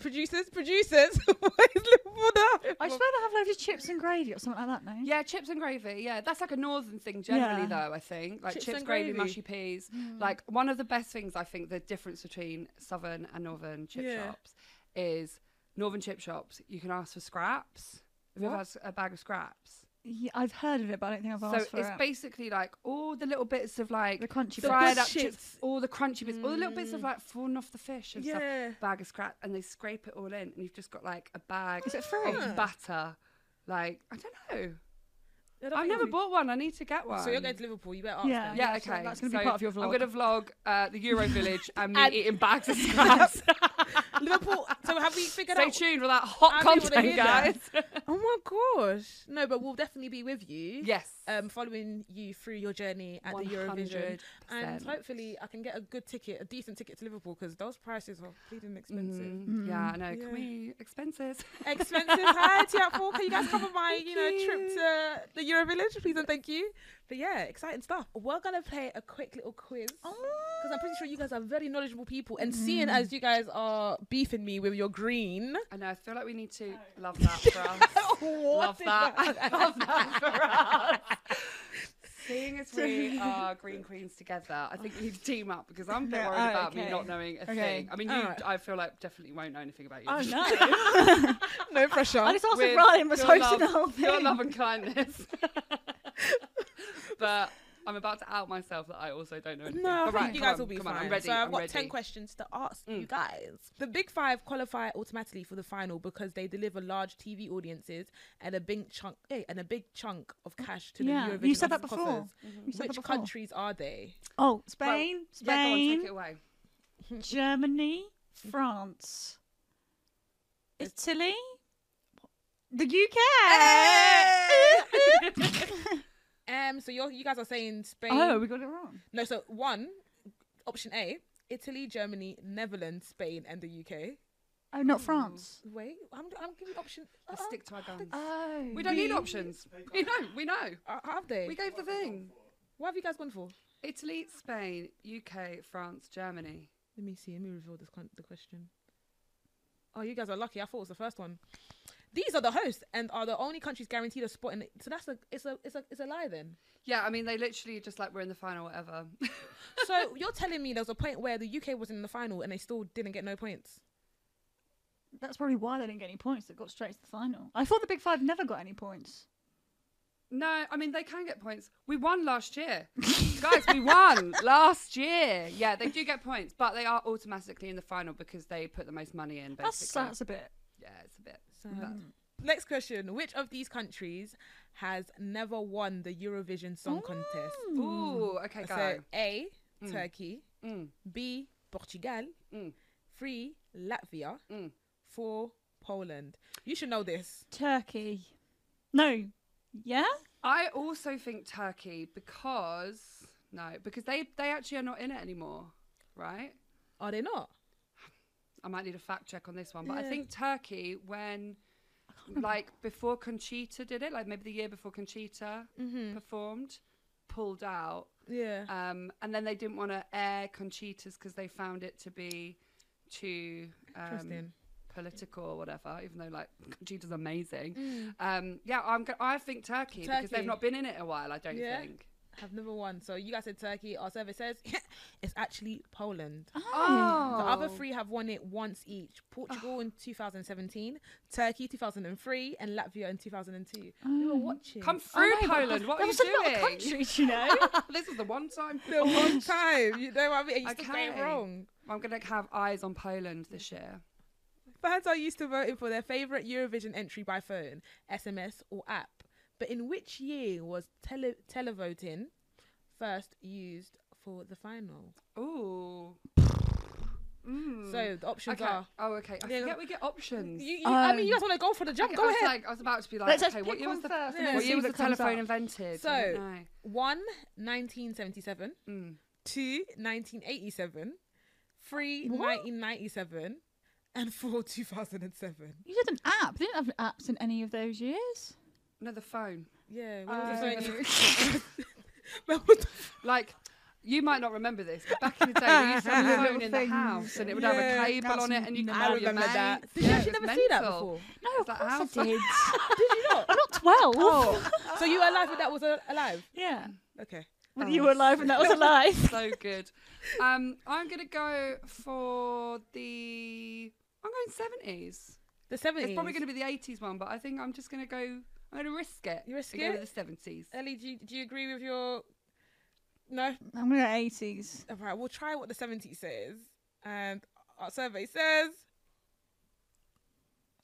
[SPEAKER 4] producers, producers, what is Liverpool the home
[SPEAKER 5] I
[SPEAKER 4] of?
[SPEAKER 5] swear they have loads of chips and gravy or something like that. No.
[SPEAKER 2] Yeah, chips and gravy. Yeah, that's like a northern thing generally,
[SPEAKER 5] Yeah.
[SPEAKER 2] though. I think like
[SPEAKER 4] Chips
[SPEAKER 2] chips,
[SPEAKER 4] and
[SPEAKER 2] gravy,
[SPEAKER 4] gravy.
[SPEAKER 2] mushy peas.
[SPEAKER 5] Hmm.
[SPEAKER 2] Like one of the best things I think the difference between southern and northern chip
[SPEAKER 4] Yeah.
[SPEAKER 2] shops is northern chip shops. You can ask for scraps. Have you ever had s- a bag of scraps?
[SPEAKER 5] Yeah, I've heard of it, but I don't think I've
[SPEAKER 2] So
[SPEAKER 5] asked
[SPEAKER 2] it's
[SPEAKER 5] for it.
[SPEAKER 2] basically like all the little bits of like
[SPEAKER 5] The crunchy bits. Hmm.
[SPEAKER 2] fried
[SPEAKER 4] The
[SPEAKER 2] up
[SPEAKER 4] good
[SPEAKER 2] chips,
[SPEAKER 4] shits.
[SPEAKER 2] all the crunchy bits, all the little bits of like falling off the fish and
[SPEAKER 4] Yeah.
[SPEAKER 2] stuff. Bag of scrap, and they scrape it all in, and you've just got like a bag
[SPEAKER 5] Is it free?
[SPEAKER 2] of batter. Like I don't know.
[SPEAKER 4] I don't
[SPEAKER 2] I've
[SPEAKER 4] think
[SPEAKER 2] never
[SPEAKER 4] we-
[SPEAKER 2] bought one. I need to get one.
[SPEAKER 4] So you're going to Liverpool. You better ask.
[SPEAKER 5] Yeah.
[SPEAKER 4] them.
[SPEAKER 2] yeah,
[SPEAKER 5] so
[SPEAKER 2] okay.
[SPEAKER 5] that's gonna be part of your
[SPEAKER 2] I'm
[SPEAKER 5] vlog.
[SPEAKER 2] going to vlog uh, the Euro Village and me
[SPEAKER 4] And-
[SPEAKER 2] eating bags of scraps.
[SPEAKER 4] Liverpool. So have we figured
[SPEAKER 2] Stay
[SPEAKER 4] out?
[SPEAKER 2] tuned for that hot
[SPEAKER 4] I think we'll
[SPEAKER 2] content,
[SPEAKER 4] hear that.
[SPEAKER 2] guys.
[SPEAKER 4] Oh my gosh. No, but we'll definitely be with you.
[SPEAKER 2] yes.
[SPEAKER 4] Um, following you through your journey at the Eurovision,
[SPEAKER 2] 100%.
[SPEAKER 4] and hopefully I can get a good ticket, a decent ticket to Liverpool because those prices are bleeding expensive.
[SPEAKER 2] Mm, Yeah, I know.
[SPEAKER 4] Yeah.
[SPEAKER 2] Can we expenses?
[SPEAKER 4] Expensive. Hi, Tiapful. Can you guys cover my, you know, trip to the Euro Village, please and thank you. But yeah, exciting stuff. Oh. We're gonna play a quick little quiz because I'm pretty sure you guys are very knowledgeable people, and seeing as you guys are beefing me with your green.
[SPEAKER 2] I know. I feel like we need to love that for us. love
[SPEAKER 4] is
[SPEAKER 2] that. love that for us. Seeing as we are Green Queens together, I think we need to team up because I'm a bit
[SPEAKER 5] Yeah,
[SPEAKER 2] worried
[SPEAKER 5] oh,
[SPEAKER 2] about me
[SPEAKER 5] okay.
[SPEAKER 2] not knowing a
[SPEAKER 5] Okay.
[SPEAKER 2] thing. I mean, you,
[SPEAKER 4] Alright.
[SPEAKER 2] I feel like definitely won't know anything about you.
[SPEAKER 5] Oh no!
[SPEAKER 4] No pressure.
[SPEAKER 5] I just asked
[SPEAKER 2] With
[SPEAKER 5] if Ryan was
[SPEAKER 2] your
[SPEAKER 5] hosting
[SPEAKER 2] love-
[SPEAKER 5] the whole thing.
[SPEAKER 2] Your love and kindness. but I'm about to out myself that I also don't know anything.
[SPEAKER 4] No,
[SPEAKER 2] But
[SPEAKER 4] I think
[SPEAKER 2] right,
[SPEAKER 4] you
[SPEAKER 2] come
[SPEAKER 4] guys
[SPEAKER 2] on,
[SPEAKER 4] will be
[SPEAKER 2] come
[SPEAKER 4] fine.
[SPEAKER 2] On, I'm ready.
[SPEAKER 4] So I've
[SPEAKER 2] I'm
[SPEAKER 4] got
[SPEAKER 2] ready. Mm.
[SPEAKER 4] ten questions to ask you guys. The Big Five qualify automatically for the final because they deliver large TV audiences and a big chunk eh, and a big chunk of cash to
[SPEAKER 5] Yeah,
[SPEAKER 4] the Eurovision.
[SPEAKER 5] you said that
[SPEAKER 4] coffers.
[SPEAKER 5] before. You said that
[SPEAKER 4] Which
[SPEAKER 5] before.
[SPEAKER 4] countries are they?
[SPEAKER 5] Oh, Spain,
[SPEAKER 2] Yeah, go on,
[SPEAKER 5] Spain,
[SPEAKER 2] take it away.
[SPEAKER 5] Germany, France, Italy, the UK. Eh.
[SPEAKER 4] Um, so you're, you guys are saying Spain.
[SPEAKER 5] Oh, we got it wrong.
[SPEAKER 4] No, so one option A: Italy, Germany, Netherlands, Spain, and the UK.
[SPEAKER 5] Oh, not France.
[SPEAKER 4] Wait, I'm, I'm giving option.
[SPEAKER 2] Let's
[SPEAKER 4] uh-uh.
[SPEAKER 2] stick to our guns.
[SPEAKER 5] Oh,
[SPEAKER 2] we don't need options. We know. We know.
[SPEAKER 4] Uh, have they?
[SPEAKER 2] We gave the thing.
[SPEAKER 4] what have you guys gone for?
[SPEAKER 2] Italy, Spain, UK, France, Germany.
[SPEAKER 4] Let me see. Let me reveal this con- the question. Oh, you guys are lucky. I thought it was the first one. These are the hosts and are the only countries guaranteed a spot in it. So that's a it's a it's a it's a lie then.
[SPEAKER 2] Yeah, I mean they literally just like we're in the final, whatever.
[SPEAKER 4] so you're telling me there was a point where the UK was in the final and they still didn't get no points.
[SPEAKER 5] That's probably why they didn't get any points. They got straight to the final. I thought the Big Five never got any points.
[SPEAKER 2] no, I mean they can get points. We won last year, guys. We won last year. Yeah, they do get points, but they are automatically in the final because they put the most money in. Basically,
[SPEAKER 5] That's, that's a bit.
[SPEAKER 2] yeah, it's a bit.
[SPEAKER 4] Next question: Which of these countries has never won the Eurovision Song Contest?
[SPEAKER 5] Hmm.
[SPEAKER 2] Ooh, okay, go.
[SPEAKER 4] So A Turkey,
[SPEAKER 2] uh, Mm.
[SPEAKER 4] B Portugal,
[SPEAKER 2] Mm.
[SPEAKER 4] three Latvia,
[SPEAKER 2] Mm.
[SPEAKER 4] four Poland. You should know this.
[SPEAKER 5] Turkey. No. Yeah?
[SPEAKER 2] I also think Turkey because no, because they they actually are not in it anymore, right?
[SPEAKER 4] Are they not?
[SPEAKER 2] I might need a fact check on this one, but I think Turkey when like before Conchita did it, like maybe the year before Conchita performed, pulled out.
[SPEAKER 4] Yeah.
[SPEAKER 2] Um, and then they didn't want to air Conchitas because they found it to be too um,
[SPEAKER 4] Interesting.
[SPEAKER 2] political or whatever. Even though like Conchita's amazing. Um, yeah, I'm. Go- I think Turkey, because
[SPEAKER 4] Turkey.
[SPEAKER 2] they've not been in it a while. I don't
[SPEAKER 4] Yeah.
[SPEAKER 2] think.
[SPEAKER 4] Have never won. So you guys said Turkey. Our survey says it's actually Poland.
[SPEAKER 2] Oh,
[SPEAKER 4] The other three have won it once each. Portugal in 2017, Turkey 2003, and Latvia in 2002. We were watching.
[SPEAKER 2] Come through,
[SPEAKER 5] no, but
[SPEAKER 2] Poland. What
[SPEAKER 5] there
[SPEAKER 2] are you
[SPEAKER 5] was a lot
[SPEAKER 2] doing?
[SPEAKER 5] of countries, you know?
[SPEAKER 2] this is the one time.
[SPEAKER 4] the one time. You know what I mean? And You still got it
[SPEAKER 2] Okay.
[SPEAKER 4] wrong.
[SPEAKER 2] I'm gonna have eyes on Poland this year.
[SPEAKER 4] Fans are used to voting for their favourite Eurovision entry by phone, SMS, or app. But in which year was tele- televoting first used for the final?
[SPEAKER 2] Ooh.
[SPEAKER 4] So the options
[SPEAKER 2] Okay.
[SPEAKER 4] are. Um,
[SPEAKER 2] Oh, okay. I
[SPEAKER 4] Yeah.
[SPEAKER 2] forget we get options.
[SPEAKER 4] Hmm. You, you, I mean, you guys want to go for the jump?
[SPEAKER 2] Okay,
[SPEAKER 4] go
[SPEAKER 2] I was
[SPEAKER 4] ahead.
[SPEAKER 2] like- I was about to be like,
[SPEAKER 5] Let's
[SPEAKER 2] okay,
[SPEAKER 5] just
[SPEAKER 2] what
[SPEAKER 5] pick
[SPEAKER 2] year was
[SPEAKER 5] one
[SPEAKER 2] the
[SPEAKER 5] first and
[SPEAKER 4] Yeah.
[SPEAKER 5] then
[SPEAKER 2] what
[SPEAKER 5] see
[SPEAKER 2] year was the
[SPEAKER 5] what comes
[SPEAKER 2] telephone
[SPEAKER 5] up.
[SPEAKER 2] invented? I don't
[SPEAKER 4] So,
[SPEAKER 2] know. Mm.
[SPEAKER 4] one, 1977, two, 1987, three, 1997, and four, 2007.
[SPEAKER 5] You did an app. They didn't have apps in any of those years.
[SPEAKER 2] no, the phone.
[SPEAKER 4] Yeah.
[SPEAKER 5] Oh.
[SPEAKER 4] When was the
[SPEAKER 2] Like, you might not remember this, but back in the day, we used to have a phone in the house, and it would have
[SPEAKER 4] Yeah.
[SPEAKER 2] a cable on it, and you could.
[SPEAKER 4] I
[SPEAKER 2] call your
[SPEAKER 4] remember
[SPEAKER 2] mates.
[SPEAKER 4] that.
[SPEAKER 2] Yeah,
[SPEAKER 4] Did you
[SPEAKER 2] it
[SPEAKER 4] actually
[SPEAKER 2] was
[SPEAKER 4] never see that
[SPEAKER 2] mental.
[SPEAKER 4] before?
[SPEAKER 5] No,
[SPEAKER 2] Is
[SPEAKER 5] Oh, of
[SPEAKER 2] that
[SPEAKER 5] course I
[SPEAKER 2] alpha?
[SPEAKER 5] did. did you not? I'm not 12.
[SPEAKER 4] So you were alive when that was uh, alive?
[SPEAKER 5] Oh. Yeah. Oh,
[SPEAKER 4] Okay.
[SPEAKER 5] When you were alive and that was alive.
[SPEAKER 2] so good. Um, I'm gonna go for the. I'm going seventies.
[SPEAKER 4] The 70s.
[SPEAKER 2] It's probably gonna be the eighties one, but I think I'm just gonna go. I'm going to risk it.
[SPEAKER 4] You risk
[SPEAKER 2] and go
[SPEAKER 4] it? Uh,
[SPEAKER 2] with the seventies.
[SPEAKER 4] Ellie, do you, do you agree with your? No.
[SPEAKER 5] I'm gonna eighties.
[SPEAKER 4] All right, we'll try what the 70 says, and our survey says.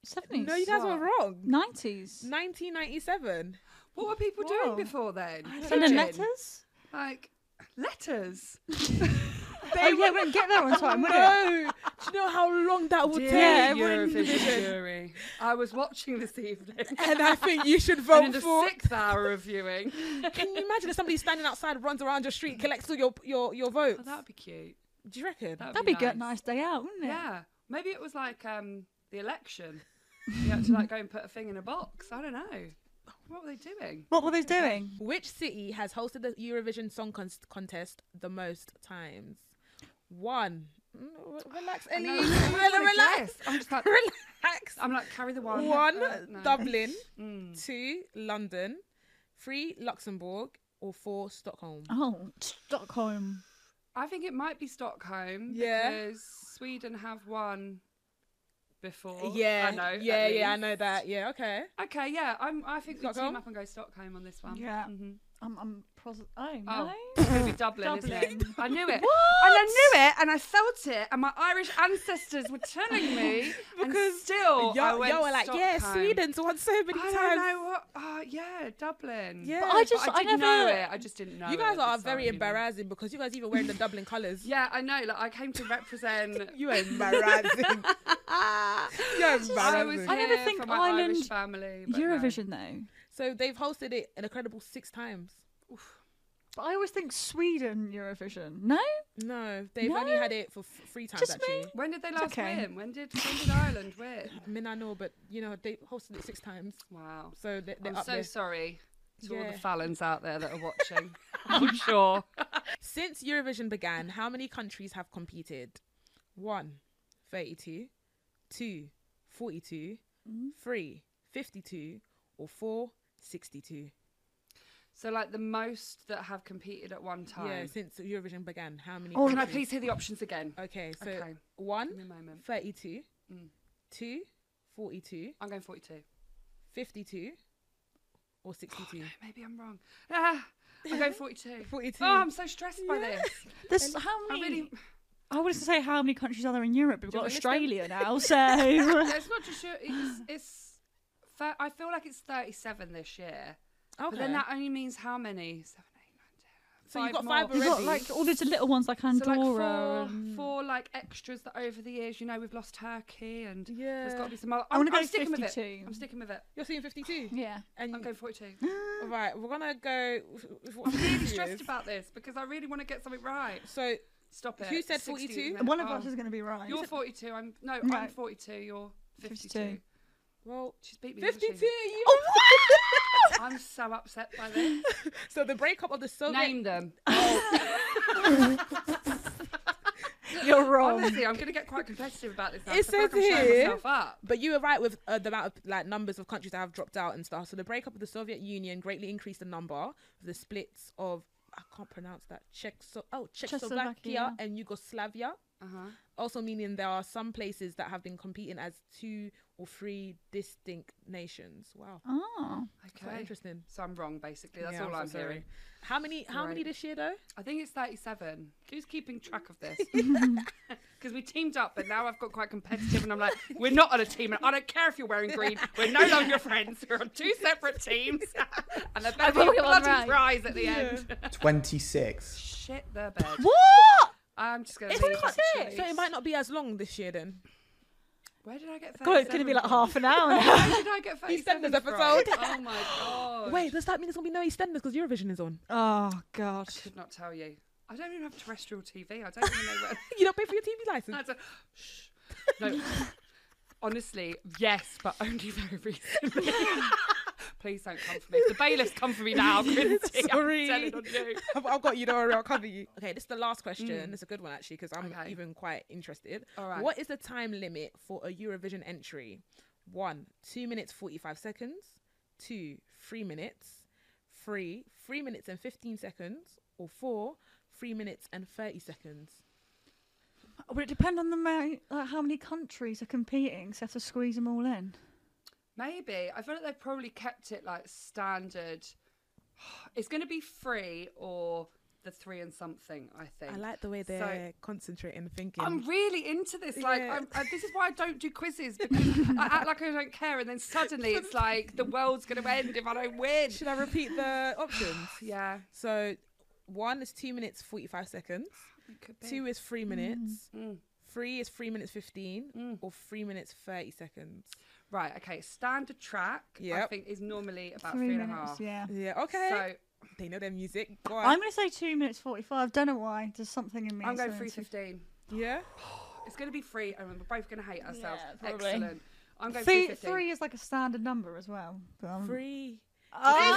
[SPEAKER 5] Seventies.
[SPEAKER 4] no, you guys were wrong.
[SPEAKER 5] Nineties.
[SPEAKER 4] 1997.
[SPEAKER 2] What were people
[SPEAKER 5] Wow.
[SPEAKER 2] doing before then?
[SPEAKER 5] Sending
[SPEAKER 2] Teaching?
[SPEAKER 5] letters.
[SPEAKER 2] Like letters.
[SPEAKER 5] oh yeah, we didn't get that on time, would it?
[SPEAKER 4] No, do you know how long that would
[SPEAKER 2] Dear
[SPEAKER 4] take?
[SPEAKER 2] Eurovision jury. I was watching this evening.
[SPEAKER 4] and I think you should
[SPEAKER 2] and
[SPEAKER 4] vote
[SPEAKER 2] in the
[SPEAKER 4] for.
[SPEAKER 2] sixth hour of viewing.
[SPEAKER 4] Can you imagine if somebody standing outside runs around your street, collects all your your your votes?
[SPEAKER 2] Oh, that'd be cute.
[SPEAKER 4] do you reckon?
[SPEAKER 5] That'd be good. Nice day out, wouldn't it?
[SPEAKER 2] Yeah. Maybe it was like um, the election. You had to like go and put a thing in a box. I don't know. What were they doing?
[SPEAKER 5] What were they doing?
[SPEAKER 4] Which city has hosted the Eurovision Song con- Contest the most times? One. Mm, re- Relax, Ellie.
[SPEAKER 2] No, I'm not gonna
[SPEAKER 4] relax.
[SPEAKER 2] guess. I'm just like,
[SPEAKER 4] Relax.
[SPEAKER 2] I'm like carry the one.
[SPEAKER 4] One,
[SPEAKER 2] Uh, no.
[SPEAKER 4] Dublin.
[SPEAKER 2] Mm.
[SPEAKER 4] Two, London. Three, Luxembourg. Or four, Stockholm.
[SPEAKER 5] Oh, Stockholm.
[SPEAKER 2] I think it might be Stockholm.
[SPEAKER 4] Yeah.
[SPEAKER 2] Because Sweden have won before.
[SPEAKER 4] Yeah,
[SPEAKER 2] Oh, I know. at
[SPEAKER 4] yeah, yeah. I
[SPEAKER 2] least.
[SPEAKER 4] know that. Yeah, okay.
[SPEAKER 2] Okay, yeah. I'm. I think we
[SPEAKER 4] Stockholm?
[SPEAKER 2] team up and go Stockholm on this one.
[SPEAKER 5] Yeah.
[SPEAKER 2] Mhm.
[SPEAKER 5] I'm. I'm. Pros- oh
[SPEAKER 2] Oh,
[SPEAKER 5] no.
[SPEAKER 2] it's gonna be Dublin, isn't it?
[SPEAKER 5] Dublin.
[SPEAKER 2] I knew it. And
[SPEAKER 5] What?
[SPEAKER 2] I knew it, and I felt it, and my Irish ancestors were telling me, and still I
[SPEAKER 4] Y'all,
[SPEAKER 2] went
[SPEAKER 4] y'all were like, yeah,
[SPEAKER 2] Stockholm.
[SPEAKER 4] Sweden's won so many
[SPEAKER 2] I don't
[SPEAKER 4] times.
[SPEAKER 2] know what. Oh, yeah, Dublin.
[SPEAKER 4] Yeah.
[SPEAKER 5] But I just.
[SPEAKER 2] but I,
[SPEAKER 5] I,
[SPEAKER 2] didn't
[SPEAKER 5] never.
[SPEAKER 2] know it. I just didn't know.
[SPEAKER 4] You
[SPEAKER 2] it
[SPEAKER 4] guys
[SPEAKER 2] at the
[SPEAKER 4] are very
[SPEAKER 2] time, you know.
[SPEAKER 4] embarrassing because you guys even wearing the Dublin colours.
[SPEAKER 2] Yeah, I know. Like I came to represent.
[SPEAKER 4] You embarrassing. You're
[SPEAKER 2] I was.
[SPEAKER 4] embarrassing.
[SPEAKER 5] I never
[SPEAKER 2] here
[SPEAKER 5] think
[SPEAKER 2] for my
[SPEAKER 5] Ireland-
[SPEAKER 2] Irish family. but no.
[SPEAKER 5] Eurovision though.
[SPEAKER 4] So they've hosted it an incredible six times.
[SPEAKER 5] But I always think Sweden Eurovision. No.
[SPEAKER 4] No, they've
[SPEAKER 5] No.
[SPEAKER 4] only had it for f- three times
[SPEAKER 5] Just
[SPEAKER 4] actually.
[SPEAKER 5] me?
[SPEAKER 2] When did they last
[SPEAKER 5] okay.
[SPEAKER 2] win? When did when did Ireland win?
[SPEAKER 4] I mean, I know, but you know, they hosted it six times.
[SPEAKER 2] Wow.
[SPEAKER 4] So they, they're
[SPEAKER 2] I'm
[SPEAKER 4] up
[SPEAKER 2] so
[SPEAKER 4] there.
[SPEAKER 2] sorry to all
[SPEAKER 4] Yeah.
[SPEAKER 2] the Fallons out there that are watching. I'm sure.
[SPEAKER 4] Since Eurovision began, how many countries have competed? One, 32, two, 42, three, 52, or four, 62.
[SPEAKER 2] So like the most that have competed at one time.
[SPEAKER 4] Yeah, since Eurovision began, how many?
[SPEAKER 2] Can Oh, I
[SPEAKER 4] countries?
[SPEAKER 2] please hear the options again?
[SPEAKER 4] Okay, so
[SPEAKER 2] Okay.
[SPEAKER 4] one,
[SPEAKER 2] Give me a moment.
[SPEAKER 4] 32,
[SPEAKER 2] Mm.
[SPEAKER 4] two, 42,
[SPEAKER 2] I'm going 42.
[SPEAKER 4] 52, or 62.
[SPEAKER 2] Maybe I'm wrong. Ah, I'm going 42.
[SPEAKER 4] 42.
[SPEAKER 2] Oh, I'm so stressed by this.
[SPEAKER 5] This how
[SPEAKER 2] I
[SPEAKER 5] many?
[SPEAKER 2] really.
[SPEAKER 5] I was to say how many countries are there in Europe? We've
[SPEAKER 4] Do you
[SPEAKER 5] got
[SPEAKER 4] want to list them?
[SPEAKER 5] Australia now, so
[SPEAKER 2] Yeah, it's not just. your- It's. it's thir- I feel like it's 37 this year.
[SPEAKER 4] okay.
[SPEAKER 2] But then that only means how many? Seven, eight, nine, ten.
[SPEAKER 4] So you've got
[SPEAKER 2] more.
[SPEAKER 4] five
[SPEAKER 5] you've got
[SPEAKER 4] Already?
[SPEAKER 5] like all these little ones like
[SPEAKER 2] So
[SPEAKER 5] Andorra.
[SPEAKER 2] like four,
[SPEAKER 5] and-
[SPEAKER 2] four like extras that over the years, you know, we've lost Turkey and there's got
[SPEAKER 4] yeah.
[SPEAKER 2] to be some other.
[SPEAKER 5] I
[SPEAKER 2] I'm,
[SPEAKER 5] wanna go
[SPEAKER 2] I'm sticking with it.
[SPEAKER 5] 52.
[SPEAKER 2] I'm sticking with it.
[SPEAKER 4] You're seeing 52.
[SPEAKER 5] Yeah.
[SPEAKER 4] And
[SPEAKER 2] I'm going 42.
[SPEAKER 4] right, we're gonna go. with- with what
[SPEAKER 2] I'm really
[SPEAKER 4] 52
[SPEAKER 2] stressed
[SPEAKER 4] is.
[SPEAKER 2] about this because I really want to get something right.
[SPEAKER 4] So
[SPEAKER 2] Stop it.
[SPEAKER 4] Who said
[SPEAKER 2] 60 is
[SPEAKER 4] 42?
[SPEAKER 2] the minute.
[SPEAKER 5] One of
[SPEAKER 2] Oh.
[SPEAKER 5] us is going to be right.
[SPEAKER 2] You're 42. I'm no, I'm
[SPEAKER 5] Right.
[SPEAKER 2] 42. You're 52.
[SPEAKER 5] 52.
[SPEAKER 4] well,
[SPEAKER 2] She's beat me. hasn't she?
[SPEAKER 4] 52. You...
[SPEAKER 2] Oh!
[SPEAKER 5] Oh,
[SPEAKER 2] I'm so upset by this.
[SPEAKER 4] so the breakup of the Soviet.
[SPEAKER 2] Name them.
[SPEAKER 4] Oh.
[SPEAKER 5] You're wrong.
[SPEAKER 2] Honestly, I'm going to get quite competitive about this. Now,
[SPEAKER 4] It
[SPEAKER 2] 'cause I feel like
[SPEAKER 4] says
[SPEAKER 2] I'm shutting
[SPEAKER 4] here-
[SPEAKER 2] myself up.
[SPEAKER 4] But you were right with uh, the amount of like numbers of countries that have dropped out and stuff. So the breakup of the Soviet Union greatly increased the number. The splits of I can't pronounce that Czech so oh Czechoslovakia,
[SPEAKER 5] Czechoslovakia.
[SPEAKER 4] and Yugoslavia.
[SPEAKER 2] Uh-huh.
[SPEAKER 4] Also meaning there are some places that have been competing as two or three distinct nations. Wow,
[SPEAKER 5] Oh.
[SPEAKER 4] quite
[SPEAKER 2] Okay.
[SPEAKER 4] interesting.
[SPEAKER 2] So I'm wrong, basically. That's
[SPEAKER 4] Yeah,
[SPEAKER 2] all
[SPEAKER 4] so
[SPEAKER 2] I'm
[SPEAKER 4] sorry.
[SPEAKER 2] hearing.
[SPEAKER 4] How many? How many
[SPEAKER 2] Right.
[SPEAKER 4] this year though?
[SPEAKER 2] I think it's 37. Who's keeping track of this? Because we teamed up, but now I've got quite competitive, and I'm like, we're not on a team, and I don't care if you're wearing green. We're no longer friends. We're on two separate teams, and there better be
[SPEAKER 5] probably
[SPEAKER 2] a
[SPEAKER 5] got one
[SPEAKER 2] bloody
[SPEAKER 5] right.
[SPEAKER 2] prize at the end.
[SPEAKER 6] 26.
[SPEAKER 2] Shit, the bed.
[SPEAKER 5] What?
[SPEAKER 2] I'm just gonna.
[SPEAKER 5] It's
[SPEAKER 2] leave that
[SPEAKER 5] 26.
[SPEAKER 4] So
[SPEAKER 2] shit.
[SPEAKER 4] it might not be as long this year then.
[SPEAKER 2] Where did I get?
[SPEAKER 5] God, it's going to be like
[SPEAKER 2] 37
[SPEAKER 5] half an hour now.
[SPEAKER 2] from? Where did I get
[SPEAKER 4] He sent
[SPEAKER 2] 37
[SPEAKER 4] us
[SPEAKER 2] from?
[SPEAKER 4] episode.
[SPEAKER 2] Oh my god.
[SPEAKER 4] Wait, does that mean there's gonna be no EastEnders because Eurovision is on?
[SPEAKER 5] oh, God.
[SPEAKER 2] could not tell you. I don't even have terrestrial TV. I don't even know where.
[SPEAKER 4] You don't pay for your TV license.
[SPEAKER 2] That's a- Shh. No. Honestly, yes, but only very recently. Please don't come for me. The bailiffs come for me now. Quincy.
[SPEAKER 4] Sorry.
[SPEAKER 2] I'm telling on you.
[SPEAKER 4] I've, I've got you, don't worry, I'll cover you. Mm. Okay, this is the last question. It's a good one actually because I'm
[SPEAKER 2] Okay.
[SPEAKER 4] even quite interested.
[SPEAKER 2] All right.
[SPEAKER 4] What is the time limit for a Eurovision entry? One, two minutes forty-five seconds. Two, three minutes. Three, three minutes and fifteen seconds. Or four, three minutes and thirty seconds.
[SPEAKER 5] Would it depend on the amount, like, how many countries are competing? So you have to squeeze them all in.
[SPEAKER 2] Maybe. I feel like they've probably kept it like standard. It's going to be free or the three and something, I think.
[SPEAKER 4] I like the way
[SPEAKER 2] So-
[SPEAKER 4] they're concentrating and thinking.
[SPEAKER 2] I'm really into this. Like,
[SPEAKER 4] Yeah.
[SPEAKER 2] I'm, I, this is why I don't do quizzes because I act like I don't care, and then suddenly it's like the world's going to end if I don't win.
[SPEAKER 4] Should I repeat the options?
[SPEAKER 2] Yeah,
[SPEAKER 4] So, one is two minutes forty-five seconds.
[SPEAKER 2] it could be.
[SPEAKER 4] Two is three minutes.
[SPEAKER 2] Mm.
[SPEAKER 4] Three is three minutes fifteen,
[SPEAKER 2] Mm.
[SPEAKER 4] or three minutes thirty seconds.
[SPEAKER 2] Right. Okay. Standard track. I
[SPEAKER 4] Yep.
[SPEAKER 2] think is normally about
[SPEAKER 5] Three
[SPEAKER 2] three and a
[SPEAKER 5] minutes,
[SPEAKER 2] half.
[SPEAKER 5] yeah.
[SPEAKER 4] Yeah. Okay.
[SPEAKER 2] So
[SPEAKER 4] they know their music. Go on.
[SPEAKER 5] I'm going to say two minutes 45. Don't know why. There's something in me.
[SPEAKER 2] I'm going
[SPEAKER 5] that's
[SPEAKER 2] three
[SPEAKER 5] into-
[SPEAKER 2] fifteen.
[SPEAKER 4] yeah.
[SPEAKER 2] It's going to be free, and we're both going to hate ourselves.
[SPEAKER 5] Yeah, probably.
[SPEAKER 2] Excellent. I'm going three
[SPEAKER 5] Three,
[SPEAKER 2] fifteen.
[SPEAKER 5] three is like a standard number as well. Um, But I'm-
[SPEAKER 4] Free.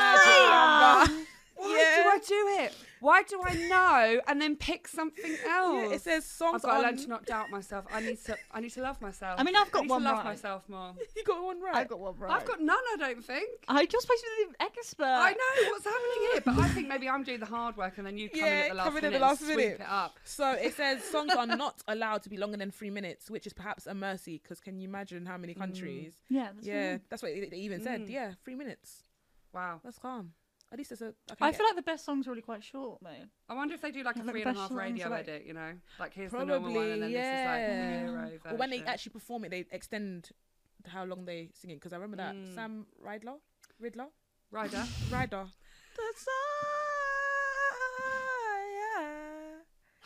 [SPEAKER 5] Ah!
[SPEAKER 2] Why
[SPEAKER 4] Yeah.
[SPEAKER 2] do I do it? Why do I know and then pick something else?
[SPEAKER 4] it says songs
[SPEAKER 2] I've got to
[SPEAKER 4] on.
[SPEAKER 2] learn to not doubt myself. I need to. I need to love myself.
[SPEAKER 5] I mean, I've got
[SPEAKER 2] I need
[SPEAKER 5] one
[SPEAKER 2] to love
[SPEAKER 5] right.
[SPEAKER 2] myself more.
[SPEAKER 4] You got one right.
[SPEAKER 5] I've got one right.
[SPEAKER 2] I've got none. I don't think.
[SPEAKER 4] Uh,
[SPEAKER 5] I, you're supposed to be the expert.
[SPEAKER 2] I know what's happening here, but I think maybe I'm doing the hard work and then you come in
[SPEAKER 4] Yeah,
[SPEAKER 2] at the last
[SPEAKER 4] come in
[SPEAKER 2] minute,
[SPEAKER 4] at the
[SPEAKER 2] and
[SPEAKER 4] last
[SPEAKER 2] sweep
[SPEAKER 4] minute.
[SPEAKER 2] it up.
[SPEAKER 4] So it says songs are not allowed to be longer than three minutes, which is perhaps a mercy because can you imagine how
[SPEAKER 2] Mm.
[SPEAKER 4] many countries?
[SPEAKER 5] Yeah, that's
[SPEAKER 4] yeah,
[SPEAKER 5] weird.
[SPEAKER 4] that's what they they even said. Yeah, three minutes.
[SPEAKER 2] Wow.
[SPEAKER 4] That's calm. At least it's a. I, can
[SPEAKER 5] I
[SPEAKER 4] get-
[SPEAKER 5] feel like the best song's really quite short, though.
[SPEAKER 2] I wonder if they do like a
[SPEAKER 5] Like the
[SPEAKER 2] three and a
[SPEAKER 5] best
[SPEAKER 2] half
[SPEAKER 5] songs,
[SPEAKER 2] radio
[SPEAKER 5] like-
[SPEAKER 2] edit, you know? Like here's the normal one
[SPEAKER 4] probably
[SPEAKER 2] and then
[SPEAKER 4] yeah.
[SPEAKER 2] this is like the
[SPEAKER 4] or
[SPEAKER 2] hero
[SPEAKER 4] when they
[SPEAKER 2] version.
[SPEAKER 4] actually perform it, they extend how long they sing it. Because I remember that
[SPEAKER 2] Mm.
[SPEAKER 4] Sam Ridler, Ridler,
[SPEAKER 2] Ryder.
[SPEAKER 4] Ryder. That's yeah.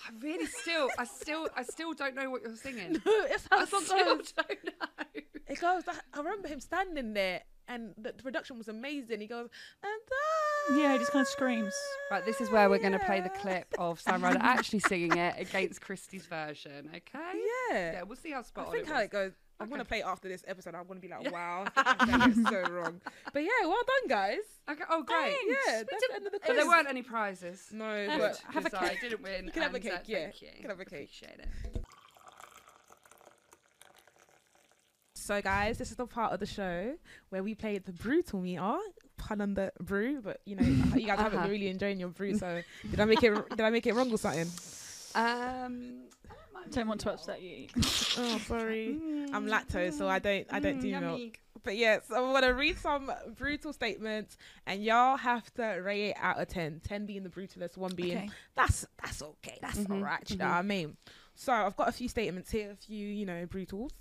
[SPEAKER 2] I really still I still I still don't know what you're singing.
[SPEAKER 4] it's how
[SPEAKER 2] I
[SPEAKER 4] it
[SPEAKER 2] still
[SPEAKER 4] goes.
[SPEAKER 2] don't know.
[SPEAKER 4] It goes. I, I remember him standing there, and the, the production was amazing. He goes, and
[SPEAKER 5] Yeah, he just kinda screams.
[SPEAKER 2] Right, this is where we're gonna play the
[SPEAKER 4] yeah."
[SPEAKER 2] clip of Sam Ryder actually singing it against Christie's version, okay?
[SPEAKER 4] Yeah.
[SPEAKER 2] Yeah, we'll see how
[SPEAKER 4] I
[SPEAKER 2] spot on
[SPEAKER 4] think
[SPEAKER 2] it
[SPEAKER 4] how
[SPEAKER 2] was.
[SPEAKER 4] it goes. I'm gonna
[SPEAKER 2] Okay.
[SPEAKER 4] play it after this episode. I'm gonna be like, wow, I did it so wrong. But yeah, well done, guys.
[SPEAKER 2] Okay, oh great.
[SPEAKER 4] Yeah, that's the end of the
[SPEAKER 2] But
[SPEAKER 4] quiz.
[SPEAKER 2] there weren't any prizes.
[SPEAKER 4] No,
[SPEAKER 2] Which
[SPEAKER 4] but
[SPEAKER 2] is I didn't win.
[SPEAKER 4] You can have a
[SPEAKER 2] and, uh,
[SPEAKER 4] cake, yeah.
[SPEAKER 2] Thank you.
[SPEAKER 4] You can have a cake.
[SPEAKER 2] Appreciate it.
[SPEAKER 4] So, guys, this is the part of the show where we play the brutal meter. Pun on the brew, but you know, you guys haven't
[SPEAKER 2] Uh-huh.
[SPEAKER 4] been really enjoying your brew. So, did I make it? Did I make it wrong or something?
[SPEAKER 2] Um,
[SPEAKER 5] Don't want to upset you.
[SPEAKER 4] Oh, sorry. I'm lactose, so I don't. I don't do milk.
[SPEAKER 2] Mm, yummy.
[SPEAKER 4] But yes, I'm gonna read some brutal statements, and y'all have to rate it out of ten. Ten being the brutalest, one being
[SPEAKER 5] Okay.
[SPEAKER 4] that's that's okay, that's
[SPEAKER 2] Mm-hmm,
[SPEAKER 4] all right. You know what I mean? So I've got a few statements here, a few you know brutals,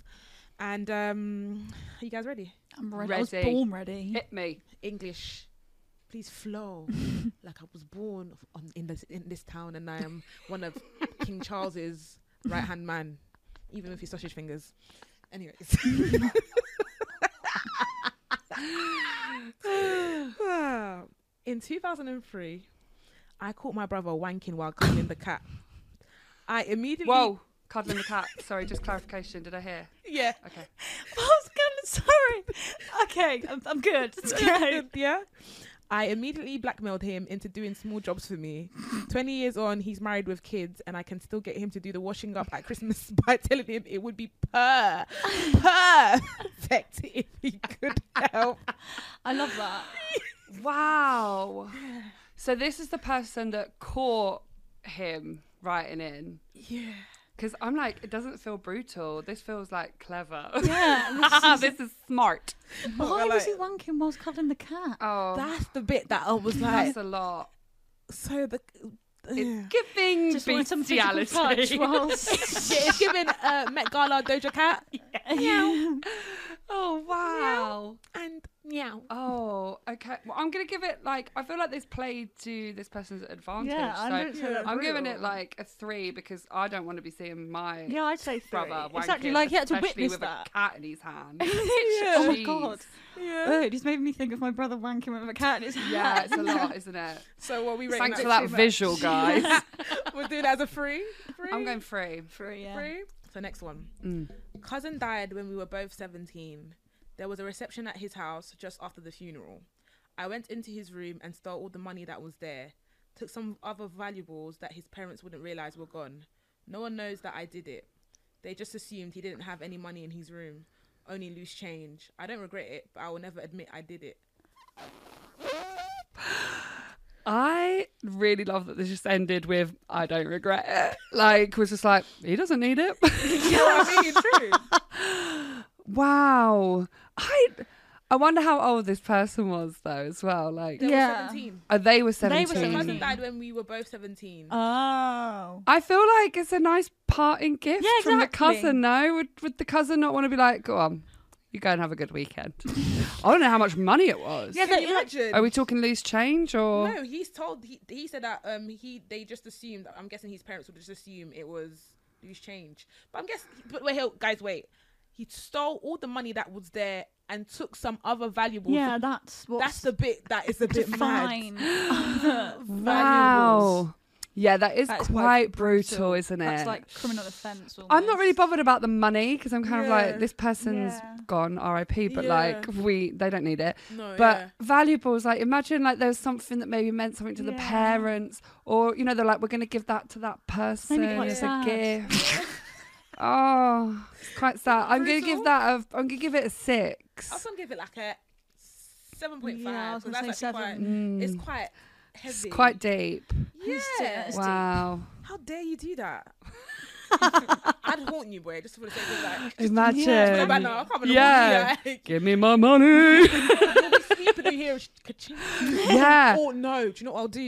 [SPEAKER 4] and um, are you guys ready?
[SPEAKER 5] I'm ready. I was
[SPEAKER 2] Ready.
[SPEAKER 5] born ready.
[SPEAKER 2] Hit me.
[SPEAKER 4] English, please flow like I was born of- on, in this in this town, and I am one of King Charles's right hand man, even with his sausage fingers. Anyways. in 2003, I caught my brother wanking while cuddling the cat. I immediately
[SPEAKER 2] Whoa. Cuddling the cat. Sorry, just clarification. Did I hear?
[SPEAKER 4] yeah
[SPEAKER 2] Okay.
[SPEAKER 5] I was gonna. Sorry. Okay, I'm, I'm good. It's okay.
[SPEAKER 4] yeah. I immediately blackmailed him into doing small jobs for me. 20 years on, he's married with kids, and I can still get him to do the washing up at Christmas by telling him it would be per- perfect if he could help.
[SPEAKER 5] I love that.
[SPEAKER 2] Wow. So this is the person that caught him writing in.
[SPEAKER 4] Yeah.
[SPEAKER 2] Because I'm like, it doesn't feel brutal. This feels like clever.
[SPEAKER 5] Yeah.
[SPEAKER 2] this is smart.
[SPEAKER 5] Why
[SPEAKER 4] But
[SPEAKER 5] was he
[SPEAKER 4] like-
[SPEAKER 5] wanking whilst cuddling the cat?
[SPEAKER 2] Oh,
[SPEAKER 4] That's the bit that I was like,
[SPEAKER 2] that's a lot.
[SPEAKER 4] so the.
[SPEAKER 2] It's giving
[SPEAKER 5] Just wanted some physical touch
[SPEAKER 2] bestiality.
[SPEAKER 5] whilst.
[SPEAKER 4] Yeah, it's giving uh, Met Gala Doja Cat
[SPEAKER 5] yeah.
[SPEAKER 2] Oh, wow.
[SPEAKER 4] and meow.
[SPEAKER 2] Oh, okay. Well, I'm gonna give it like I feel like this played to this person's advantage.
[SPEAKER 5] Yeah, I
[SPEAKER 2] so
[SPEAKER 5] don't say that
[SPEAKER 2] I'm giving it
[SPEAKER 5] brutal.
[SPEAKER 2] like a three because I don't want to be seeing my
[SPEAKER 5] Yeah, I'd say three.
[SPEAKER 2] brother wanking,
[SPEAKER 5] exactly. Like he had to
[SPEAKER 2] especially
[SPEAKER 5] witness
[SPEAKER 2] with
[SPEAKER 5] that.
[SPEAKER 2] a cat in his hand.
[SPEAKER 5] Oh my
[SPEAKER 2] Jeez.
[SPEAKER 5] god. Oh, it just made me think of my brother wanking with a cat in his hand.
[SPEAKER 2] Yeah, it's a lot, isn't it?
[SPEAKER 4] So what we rating
[SPEAKER 2] Thanks for that
[SPEAKER 4] that?
[SPEAKER 2] visual, guys.
[SPEAKER 4] We'll do that as a free. free.
[SPEAKER 2] I'm going free.
[SPEAKER 5] Three, yeah.
[SPEAKER 4] Three. So next one.
[SPEAKER 5] Mm.
[SPEAKER 4] Cousin died when we were both 17. There was a reception at his house just after the funeral. I went into his room and stole all the money that was there. Took some other valuables that his parents wouldn't realize were gone. No one knows that I did it. They just assumed he didn't have any money in his room, only loose change. I don't regret it, but I will never admit I did it.
[SPEAKER 2] I really love that this just ended with I don't regret it. Like was just like he doesn't need it.
[SPEAKER 4] You know what I mean? True.
[SPEAKER 2] Wow. I I wonder how old this person was though, as well. Like,
[SPEAKER 4] They were
[SPEAKER 5] Yeah.
[SPEAKER 4] 17.
[SPEAKER 2] oh, they were
[SPEAKER 5] They
[SPEAKER 2] seventeen.
[SPEAKER 5] were
[SPEAKER 4] So my
[SPEAKER 5] 17.
[SPEAKER 4] cousin died when we were both 17.
[SPEAKER 5] Uh, Oh.
[SPEAKER 2] I feel like it's a nice parting gift
[SPEAKER 5] Yeah,
[SPEAKER 2] from the
[SPEAKER 5] exactly.
[SPEAKER 2] cousin. No, would, would the cousin not want to be like, go on, you go and have a good weekend? I don't know how much money it was.
[SPEAKER 5] Yeah,
[SPEAKER 4] Can
[SPEAKER 5] they-
[SPEAKER 4] you imagine?
[SPEAKER 2] Are we talking loose change or?
[SPEAKER 4] No, he's told. He, he said that um he they just assumed. I'm guessing his parents would just assume it was loose change. But I'm guessing. But wait, here, guys, wait. He stole all the money that was there and took some other valuables.
[SPEAKER 5] Yeah, that's what.
[SPEAKER 4] that's the bit that is a bit mad.
[SPEAKER 5] fine. that's
[SPEAKER 4] Valuables.
[SPEAKER 2] Yeah, that is quite brutal, isn't it?
[SPEAKER 5] That's like criminal offence.
[SPEAKER 2] I'm not really
[SPEAKER 5] almost.
[SPEAKER 2] bothered about the money because I'm kind of
[SPEAKER 4] Yeah.
[SPEAKER 2] like this person's
[SPEAKER 5] Yeah.
[SPEAKER 2] gone, R.I.P. But
[SPEAKER 4] Yeah.
[SPEAKER 2] like we, they don't need it.
[SPEAKER 4] No,
[SPEAKER 2] but
[SPEAKER 4] yeah.
[SPEAKER 2] valuables, like imagine like there's something that maybe meant something to the
[SPEAKER 5] Yeah.
[SPEAKER 2] parents, or you know they're like we're gonna give that to that person
[SPEAKER 5] Maybe quite
[SPEAKER 2] as a
[SPEAKER 5] sad.
[SPEAKER 2] gift. oh, it's quite sad. I'm gonna give
[SPEAKER 4] Brutal.
[SPEAKER 2] that a, I'm gonna give it a six.
[SPEAKER 4] I was gonna give it like a seven point five.
[SPEAKER 5] Yeah, I was gonna
[SPEAKER 4] that's
[SPEAKER 5] say
[SPEAKER 4] actually Quite, it's quite heavy.
[SPEAKER 2] Mm. It's quite deep.
[SPEAKER 4] Yeah.
[SPEAKER 5] It's deep.
[SPEAKER 2] Wow.
[SPEAKER 4] How dare you do that? I'd haunt you, boy. Just for the sake of like. Just
[SPEAKER 2] Imagine.
[SPEAKER 4] for the banner. I can't even
[SPEAKER 2] Yeah.
[SPEAKER 4] haunt you, like.
[SPEAKER 2] Give me my money.
[SPEAKER 4] You'll be sleeping in here. and sh- ka-ching.
[SPEAKER 2] yeah.
[SPEAKER 4] Or no, do you know what I'll do?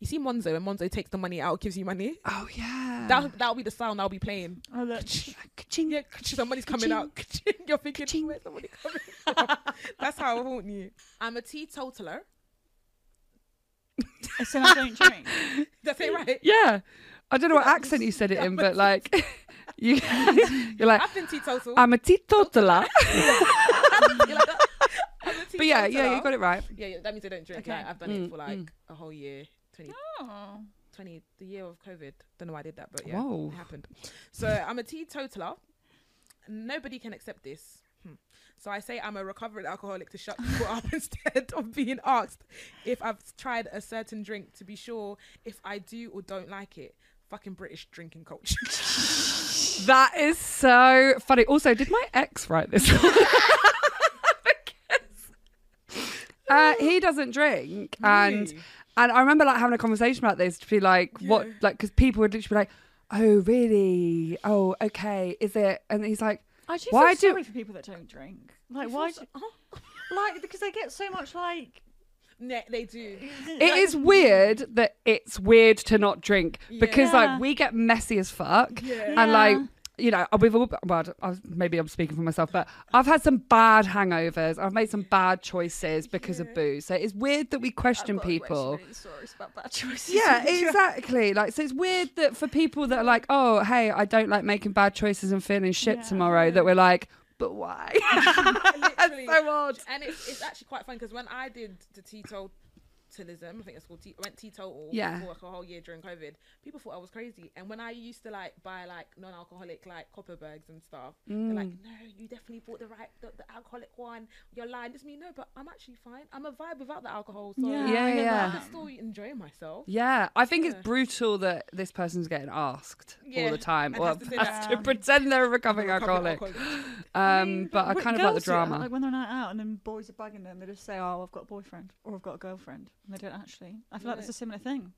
[SPEAKER 4] You see Monzo when Monzo takes the money out, gives you money.
[SPEAKER 2] Oh yeah.
[SPEAKER 4] That that'll be the sound I'll be playing.
[SPEAKER 5] Oh, look.
[SPEAKER 2] Ka-ching.
[SPEAKER 4] Yeah, somebody's coming out. You're thinking, where's somebody coming? From? That's how I haunt you. I'm a teetotaler.
[SPEAKER 5] So I don't drink.
[SPEAKER 4] That's it, right?
[SPEAKER 2] Yeah. I don't know what accent you said it in, but like you you're like
[SPEAKER 4] I've been teetotal.
[SPEAKER 2] I'm a teetotaler.
[SPEAKER 4] You're like, I'm a
[SPEAKER 2] But yeah, yeah,
[SPEAKER 4] teetotaler.
[SPEAKER 2] you got it right.
[SPEAKER 4] Yeah, yeah, that means I don't drink.
[SPEAKER 5] Okay.
[SPEAKER 4] Like, I've done it
[SPEAKER 2] Mm,
[SPEAKER 4] for like
[SPEAKER 2] mm.
[SPEAKER 4] a whole year. 20,
[SPEAKER 5] Oh.
[SPEAKER 4] 20, the year of COVID. Don't know why I did that, but yeah,
[SPEAKER 2] Whoa.
[SPEAKER 4] it happened. So I'm a teetotaler. Nobody can accept this. Hmm. So I say I'm a recovering alcoholic to shut people up instead of being asked if I've tried a certain drink to be sure if I do or don't like it. Fucking British drinking culture.
[SPEAKER 2] That is so funny. Also, did my ex write this? one? Because, uh, he doesn't drink, and
[SPEAKER 4] Really?
[SPEAKER 2] and I remember like having a conversation about this to be like, what, like, because people would literally be like, "Oh, really? Oh, okay, is it?" And he's like,
[SPEAKER 5] I do
[SPEAKER 2] Why
[SPEAKER 5] Why
[SPEAKER 2] do-
[SPEAKER 5] feel sorry for people that don't drink. Like why? Do,
[SPEAKER 2] Oh.
[SPEAKER 5] like because they get so much like.
[SPEAKER 4] yeah, they do.
[SPEAKER 2] It is weird that it's weird to not drink because
[SPEAKER 5] Yeah.
[SPEAKER 2] like we get messy as fuck and like you know we've all well I was- maybe I'm speaking for myself but I've had some bad hangovers I've made some bad choices because of booze so it's weird that we question people
[SPEAKER 5] Really stories about bad choices.
[SPEAKER 2] yeah exactly like so it's weird that for people that are like oh hey I don't like making bad choices and feeling shit
[SPEAKER 5] Yeah.
[SPEAKER 2] tomorrow that we're like but why
[SPEAKER 4] Literally.
[SPEAKER 2] so odd.
[SPEAKER 4] And it's, it's actually quite fun because when I did the teetotalism, I think that's called, te- I went teetotal
[SPEAKER 2] Yeah.
[SPEAKER 4] for like a whole year during COVID. People thought I was crazy. And when I used to like buy like non-alcoholic like Copperbergs and stuff, they're like,
[SPEAKER 2] Mm.
[SPEAKER 4] no, you definitely bought the right, the, the alcoholic one. You're lying. It's me, no, but I'm actually fine. I'm a vibe without the alcohol. So
[SPEAKER 5] Yeah,
[SPEAKER 2] Yeah,
[SPEAKER 5] I get
[SPEAKER 2] yeah.
[SPEAKER 4] I'm
[SPEAKER 5] that.
[SPEAKER 4] still enjoying myself.
[SPEAKER 2] Yeah, I think
[SPEAKER 4] Yeah.
[SPEAKER 2] it's brutal that this person's getting asked all
[SPEAKER 4] Yeah,
[SPEAKER 2] the time,
[SPEAKER 4] and
[SPEAKER 2] or
[SPEAKER 4] has
[SPEAKER 2] has
[SPEAKER 4] to
[SPEAKER 2] to,
[SPEAKER 4] say that.
[SPEAKER 2] pretend they're a recovering alcoholic. Um, but I
[SPEAKER 5] Wait,
[SPEAKER 2] kind of like the
[SPEAKER 5] girls do that,
[SPEAKER 2] drama.
[SPEAKER 5] Like when they're not out and then boys are bagging them, they just say, "Oh, I've got a boyfriend" or "I've got a girlfriend," and they don't actually. I feel like that's a similar thing.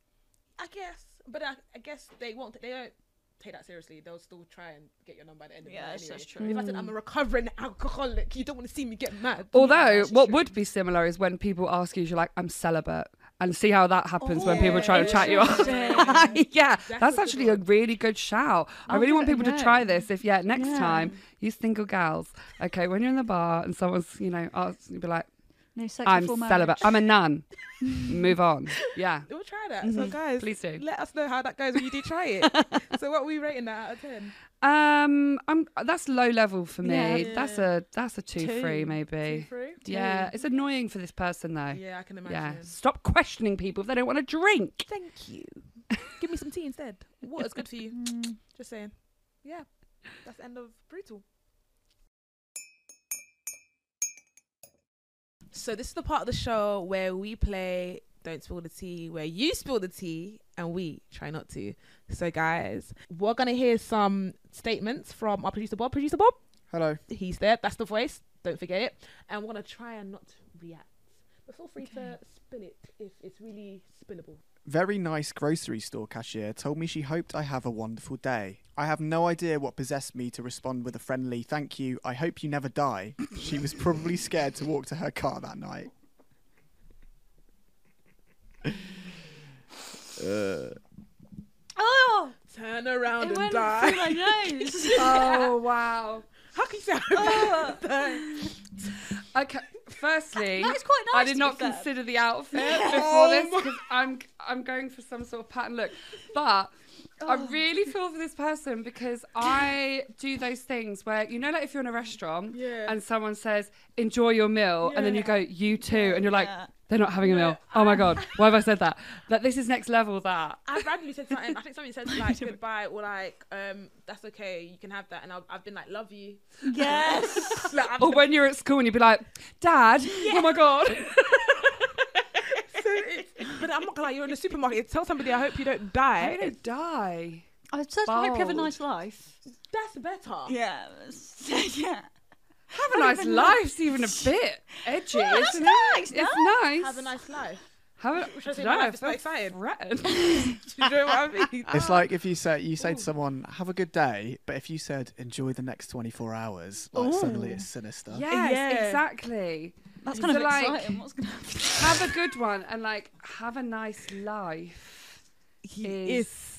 [SPEAKER 4] I guess, but I, I guess they won't. They don't take that seriously. Theyll still try and get your number at the end of
[SPEAKER 5] Yeah,
[SPEAKER 4] the night.
[SPEAKER 5] that's-
[SPEAKER 4] Anyway.
[SPEAKER 5] that's true.
[SPEAKER 4] If I said I'm a recovering alcoholic, you don't want to see me get mad.
[SPEAKER 2] Although, what would be similar is when people ask you, you're like, I'm celibate. And see how that happens when people try to chat you up. yeah, Mm. that's,
[SPEAKER 4] a good
[SPEAKER 2] actually a really good shout. I really
[SPEAKER 5] give
[SPEAKER 2] want
[SPEAKER 5] it a
[SPEAKER 2] people to
[SPEAKER 5] go.
[SPEAKER 2] try this. If yeah, next
[SPEAKER 5] Yeah.
[SPEAKER 2] time you single gals, okay, when you're in the bar and someone's you know asks, you'd be like,
[SPEAKER 5] No sex
[SPEAKER 2] I'm
[SPEAKER 5] before
[SPEAKER 2] celibate.
[SPEAKER 5] marriage.
[SPEAKER 2] I'm a nun. Move on. Yeah,
[SPEAKER 4] We'll try that. So
[SPEAKER 5] Mm-hmm.
[SPEAKER 4] guys,
[SPEAKER 2] please do.
[SPEAKER 4] let us know how that goes when you do try it. so what are we rating that out of ten?
[SPEAKER 2] Um, I'm that's low level for me.
[SPEAKER 5] Yeah.
[SPEAKER 2] That's a that's a two,
[SPEAKER 5] Two.
[SPEAKER 2] three maybe.
[SPEAKER 4] Through?
[SPEAKER 2] Yeah, it's annoying for this person though. Yeah.
[SPEAKER 4] Yeah, I can imagine.
[SPEAKER 2] stop questioning people if they don't want to drink.
[SPEAKER 4] Thank you. Give me some tea instead. Water's good for you. Just saying. Yeah, that's the end of brutal. So this is the part of the show where we play don't spill the tea, where you spill the tea and we try not to. So guys, we're gonna hear some statements from our producer Bob. Producer Bob,
[SPEAKER 1] Hello.
[SPEAKER 4] he's there. That's the voice. Don't forget it. And we're gonna try and not react, but feel free to spill it if it's really spillable.
[SPEAKER 1] Very nice grocery store cashier told me she hoped I have a wonderful day. I have no idea what possessed me to respond with a friendly thank you. I hope you never die. She was probably scared to walk to her car that night.
[SPEAKER 5] Oh,
[SPEAKER 4] Turn around
[SPEAKER 5] it
[SPEAKER 4] and
[SPEAKER 5] went
[SPEAKER 4] die.
[SPEAKER 5] through my nose.
[SPEAKER 2] Oh wow.
[SPEAKER 4] How can you say
[SPEAKER 5] Oh.
[SPEAKER 2] Okay. Firstly,
[SPEAKER 5] That is quite
[SPEAKER 2] I
[SPEAKER 5] nice,
[SPEAKER 2] did
[SPEAKER 5] to
[SPEAKER 2] not
[SPEAKER 5] be fair. Oh
[SPEAKER 2] consider the outfit before this because I'm I'm going for some sort of pattern look, but. I
[SPEAKER 5] Oh.
[SPEAKER 2] really feel for this person because I do those things where you know, like if you're in a restaurant
[SPEAKER 4] Yeah.
[SPEAKER 2] and someone says "enjoy your meal," and then you go "you too," and you're like,
[SPEAKER 5] Yeah.
[SPEAKER 2] "They're not having a meal." Oh my god, why have I said that? Like this is next level. That
[SPEAKER 4] I've randomly said something. I think somebody said like goodbye or like um that's okay, you can have that, and I've, I've been like love you.
[SPEAKER 5] Mm, yes.
[SPEAKER 4] Like, I've
[SPEAKER 2] or when you're at school and you'd be like, "Dad, oh my god."
[SPEAKER 4] but I'm not gonna lie, you're in the supermarket. Tell somebody I hope you don't die.
[SPEAKER 2] I don't die.
[SPEAKER 5] I certainly hope you have a
[SPEAKER 2] Bold.
[SPEAKER 5] nice life.
[SPEAKER 4] That's better.
[SPEAKER 5] Yeah. yeah.
[SPEAKER 2] Have a nice life's even a bit edgy,
[SPEAKER 5] Oh, that's
[SPEAKER 2] isn't
[SPEAKER 5] nice,
[SPEAKER 2] it?
[SPEAKER 5] no?
[SPEAKER 2] It's nice.
[SPEAKER 4] Have a nice life.
[SPEAKER 2] Have a,
[SPEAKER 4] Should I say
[SPEAKER 2] dunno,
[SPEAKER 4] life? It's
[SPEAKER 2] feel
[SPEAKER 4] not exciting.
[SPEAKER 2] threatened.
[SPEAKER 4] Do you know what I mean?
[SPEAKER 1] It's like if you say you say to someone, "Have a good day," but if you said, "Enjoy the next 24 hours," like suddenly it's sinister.
[SPEAKER 2] yes,
[SPEAKER 4] Yeah.
[SPEAKER 2] exactly.
[SPEAKER 5] That's kind
[SPEAKER 2] So,
[SPEAKER 5] of
[SPEAKER 2] like,
[SPEAKER 5] exciting. What's going to happen?
[SPEAKER 2] Have a good one and like have a nice life.
[SPEAKER 4] He
[SPEAKER 2] is-
[SPEAKER 4] is.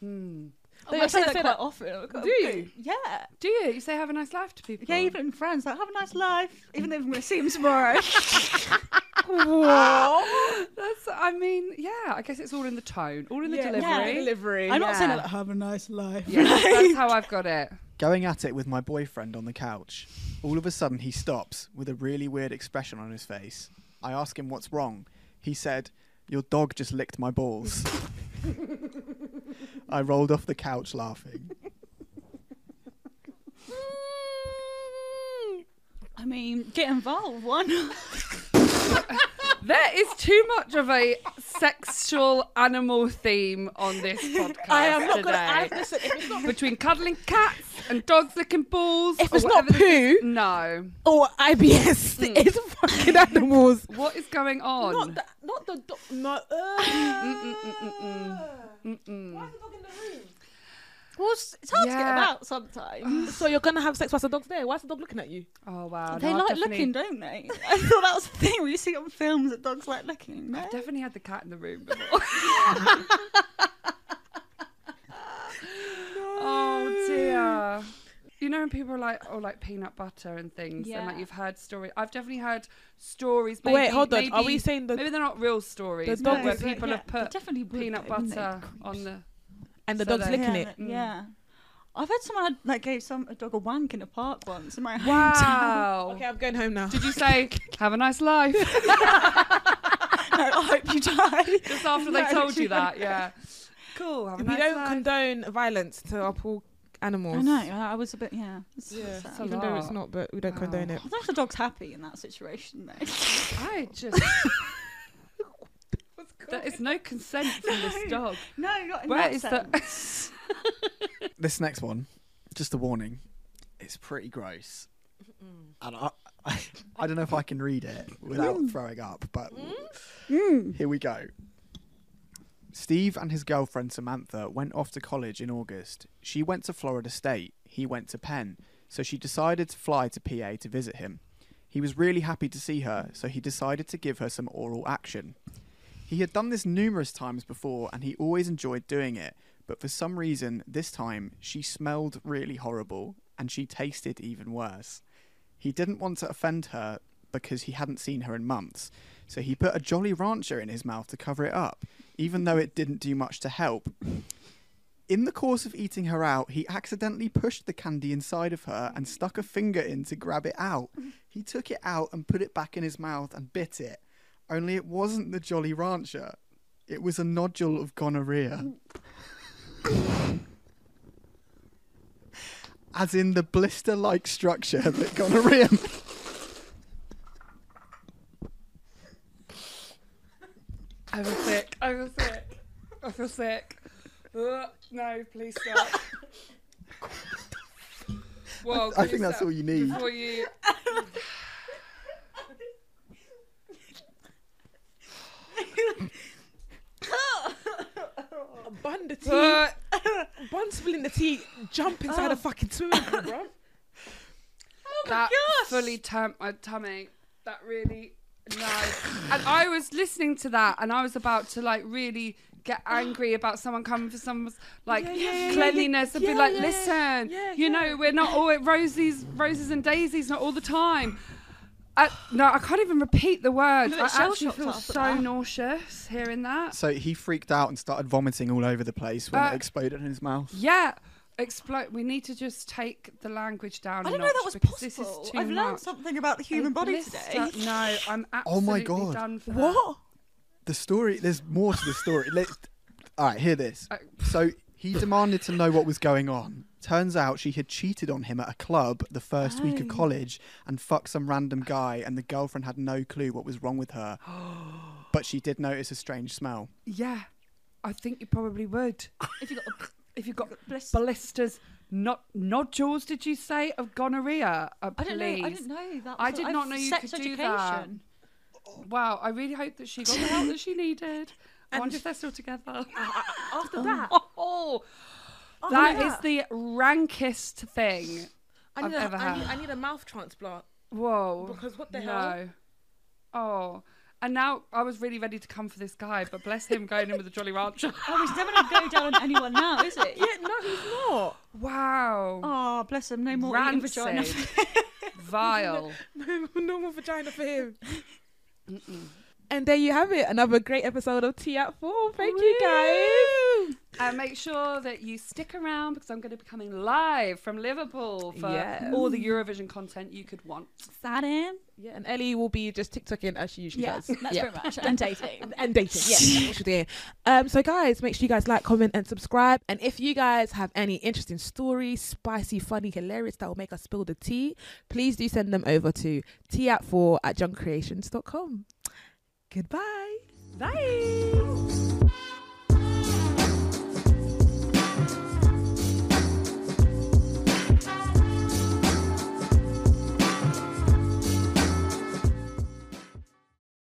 [SPEAKER 2] Hmm.
[SPEAKER 5] Oh, I
[SPEAKER 4] you're
[SPEAKER 5] say
[SPEAKER 4] trying
[SPEAKER 5] that
[SPEAKER 4] to
[SPEAKER 5] quite
[SPEAKER 4] say that-
[SPEAKER 5] often.
[SPEAKER 4] Do you?
[SPEAKER 5] Yeah.
[SPEAKER 2] Do you? You say have a nice life to people.
[SPEAKER 5] Yeah, even in friends, like, have a nice life, even though I'm going to see him tomorrow.
[SPEAKER 2] That's. I mean, yeah. I guess it's all in the tone, all in the
[SPEAKER 4] Yeah,
[SPEAKER 2] delivery.
[SPEAKER 4] Delivery.
[SPEAKER 5] I'm not saying
[SPEAKER 4] yeah.
[SPEAKER 5] like, have a nice life.
[SPEAKER 2] Yeah, that's how I've got it.
[SPEAKER 1] Going at it with my boyfriend on the couch. All of a sudden, he stops with a really weird expression on his face. I ask him what's wrong. He said, Your dog just licked my balls. I rolled off the couch laughing.
[SPEAKER 5] I mean, get involved. Why not?
[SPEAKER 2] There is too much of a sexual animal theme on this podcast.
[SPEAKER 4] I am not
[SPEAKER 2] today.
[SPEAKER 4] gonna. I, listen, if it's not
[SPEAKER 2] between cuddling cats and dogs licking balls.
[SPEAKER 4] If
[SPEAKER 2] or
[SPEAKER 4] it's not
[SPEAKER 2] whatever this is-
[SPEAKER 4] poo-
[SPEAKER 2] no. Hmm.
[SPEAKER 4] or IBS, it's fucking animals.
[SPEAKER 2] What is going on?
[SPEAKER 4] Not the, not the dog. No. Uh. Why is the dog in the room?
[SPEAKER 5] Well, it's it's hard to get
[SPEAKER 2] Yeah.
[SPEAKER 5] about sometimes.
[SPEAKER 4] So you're gonna have sex whilst the dog's there? Why's the dog looking at you?
[SPEAKER 2] oh wow,
[SPEAKER 5] they
[SPEAKER 2] no, I've
[SPEAKER 5] like
[SPEAKER 2] definitely-
[SPEAKER 5] looking, don't they? I thought that was the thing where you see on films that dogs like looking. No?
[SPEAKER 2] Definitely had the cat in the room before. Oh dear. You know when people are like, oh, like peanut butter and things, and like
[SPEAKER 5] Yeah.
[SPEAKER 2] you've heard stories. I've definitely heard stories.
[SPEAKER 4] Oh, Wait,
[SPEAKER 2] Maybe,
[SPEAKER 4] hold on. Are
[SPEAKER 2] maybe-
[SPEAKER 4] we saying the-
[SPEAKER 2] maybe they're not real stories?
[SPEAKER 4] The
[SPEAKER 2] but
[SPEAKER 4] dog
[SPEAKER 2] where
[SPEAKER 4] was-
[SPEAKER 2] people
[SPEAKER 5] yeah,
[SPEAKER 2] have
[SPEAKER 5] they
[SPEAKER 2] put
[SPEAKER 5] definitely would,
[SPEAKER 2] peanut
[SPEAKER 5] though, wouldn't they?
[SPEAKER 2] butter
[SPEAKER 5] Creeps.
[SPEAKER 2] on the.
[SPEAKER 4] And the
[SPEAKER 2] So
[SPEAKER 4] dog's
[SPEAKER 2] they-
[SPEAKER 4] licking
[SPEAKER 5] yeah,
[SPEAKER 4] it.
[SPEAKER 2] Mm.
[SPEAKER 5] Yeah. I've had someone had, like gave some a dog a wank in a park once in my hometown.
[SPEAKER 2] Wow.
[SPEAKER 4] Okay, I'm going home now.
[SPEAKER 2] Did you say have a nice life?
[SPEAKER 5] no, I hope you die.
[SPEAKER 2] Just after they
[SPEAKER 4] No,
[SPEAKER 2] told you
[SPEAKER 4] she-
[SPEAKER 2] that, yeah. Cool. Have a
[SPEAKER 4] We
[SPEAKER 2] nice
[SPEAKER 4] don't
[SPEAKER 2] life.
[SPEAKER 4] condone violence to our poor animals.
[SPEAKER 5] I know. I was a bit yeah. It's
[SPEAKER 4] Yeah,
[SPEAKER 5] sad.
[SPEAKER 2] a
[SPEAKER 4] even though it's
[SPEAKER 2] lot.
[SPEAKER 4] not, but we don't
[SPEAKER 2] Wow.
[SPEAKER 4] condone it.
[SPEAKER 5] I don't know if the dog's happy in that situation though.
[SPEAKER 2] I just. there is no consent from this dog.
[SPEAKER 5] no, not in
[SPEAKER 2] Where
[SPEAKER 5] that
[SPEAKER 2] is the-
[SPEAKER 5] sense.
[SPEAKER 1] This next one, just a warning, it's pretty gross. And I, I, I don't know if I can read it without throwing up, but here we go. Steve and his girlfriend Samantha went off to college in August. She went to Florida State, he went to Penn, so she decided to fly to PA to visit him. He was really happy to see her, so he decided to give her some oral action. He had done this numerous times before and he always enjoyed doing it, but for some reason, this time, she smelled really horrible and she tasted even worse. He didn't want to offend her because he hadn't seen her in months, so he put a Jolly Rancher in his mouth to cover it up, even though it didn't do much to help. In the course of eating her out, he accidentally pushed the candy inside of her and stuck a finger in to grab it out. He took it out and put it back in his mouth and bit it. Only it wasn't the Jolly Rancher. It was a nodule of gonorrhea. As in the blister like structure that gonorrhea.
[SPEAKER 2] I feel sick. I feel sick. I feel sick. Ugh, no, please stop. Well,
[SPEAKER 1] I think that's all you need.
[SPEAKER 2] Before you.
[SPEAKER 4] the tea. Bond spilling the tea. Jump inside a fucking swimming pool, bro. Oh
[SPEAKER 2] that fully tamped my tummy. That really no. and I was listening to that, and I was about to like really get angry about someone coming for someone's like cleanliness and be
[SPEAKER 4] yeah,
[SPEAKER 2] like,
[SPEAKER 4] yeah,
[SPEAKER 2] listen,
[SPEAKER 4] yeah,
[SPEAKER 2] you know, we're not all roses, roses and daisies, not all the time. Uh, no, I can't even repeat the words.
[SPEAKER 5] A
[SPEAKER 2] I
[SPEAKER 5] bit
[SPEAKER 2] actually
[SPEAKER 5] shell-shocked
[SPEAKER 2] feel
[SPEAKER 5] after
[SPEAKER 2] so
[SPEAKER 5] that.
[SPEAKER 2] nauseous hearing that.
[SPEAKER 1] So he freaked out and started vomiting all over the place when
[SPEAKER 2] Uh,
[SPEAKER 1] it exploded in his mouth.
[SPEAKER 2] Yeah. Explode. We need to just take the language down.
[SPEAKER 5] I
[SPEAKER 2] a
[SPEAKER 5] didn't know
[SPEAKER 2] notch
[SPEAKER 5] that was
[SPEAKER 2] because this is
[SPEAKER 5] possible.
[SPEAKER 2] too
[SPEAKER 5] I've learned
[SPEAKER 2] much.
[SPEAKER 5] something about the human body
[SPEAKER 2] Lister-
[SPEAKER 5] today.
[SPEAKER 2] No, I'm absolutely
[SPEAKER 1] Oh my God.
[SPEAKER 2] done for that.
[SPEAKER 4] What?
[SPEAKER 1] The story, there's more to the story. Let, all right, hear this. So he demanded to know what was going on. Turns out she had cheated on him at a club the first week of college and fucked some random guy, and the girlfriend had no clue what was wrong with her. but she did notice a strange smell.
[SPEAKER 2] Yeah, I think you probably would.
[SPEAKER 5] If you got a,
[SPEAKER 2] If you got
[SPEAKER 5] bliss.
[SPEAKER 2] blisters, not nodules, did you say of gonorrhea? Uh,
[SPEAKER 5] I don't know. I
[SPEAKER 2] please.
[SPEAKER 5] didn't know that.
[SPEAKER 2] I
[SPEAKER 5] was-
[SPEAKER 2] did
[SPEAKER 5] I've
[SPEAKER 2] not know you
[SPEAKER 5] sex
[SPEAKER 2] could do
[SPEAKER 5] education.
[SPEAKER 2] that. Wow, I really hope that she got the help that she needed. I wonder if they're still together.
[SPEAKER 5] After that,
[SPEAKER 2] oh, that is the rankest thing.
[SPEAKER 4] I
[SPEAKER 2] I've
[SPEAKER 4] need, a-
[SPEAKER 2] ever
[SPEAKER 4] I need,
[SPEAKER 2] had.
[SPEAKER 4] I need a mouth transplant.
[SPEAKER 2] Whoa.
[SPEAKER 4] Because what the
[SPEAKER 2] no.
[SPEAKER 4] hell?
[SPEAKER 2] Oh. And now I was really ready to come for this guy, but bless him going in with a Jolly Rancher.
[SPEAKER 5] oh, he's never going to go down on anyone now, is it?
[SPEAKER 4] Yeah, no, he's not.
[SPEAKER 2] Wow.
[SPEAKER 5] Oh, bless him. No more eating vagina.
[SPEAKER 2] Rancid. Vile.
[SPEAKER 4] no, more vagina for him. And there you have it, another great episode of Tea at Four. Thank you guys.
[SPEAKER 2] And Uh, make sure that you stick around because I'm going to be coming live from Liverpool for
[SPEAKER 4] Yes.
[SPEAKER 2] all the Eurovision content you could want.
[SPEAKER 5] That in?
[SPEAKER 4] Yeah, and Ellie will be just TikToking as she usually
[SPEAKER 5] Yeah,
[SPEAKER 4] does.
[SPEAKER 5] that's
[SPEAKER 4] Yeah.
[SPEAKER 5] very much. And dating.
[SPEAKER 4] and dating. Yeah, that's what you're doing. Um, so guys, make sure you guys like, comment, and subscribe. And if you guys have any interesting stories, spicy, funny, hilarious that will make us spill the tea, please do send them over to tea at four at junkcreations.com. Goodbye. Bye.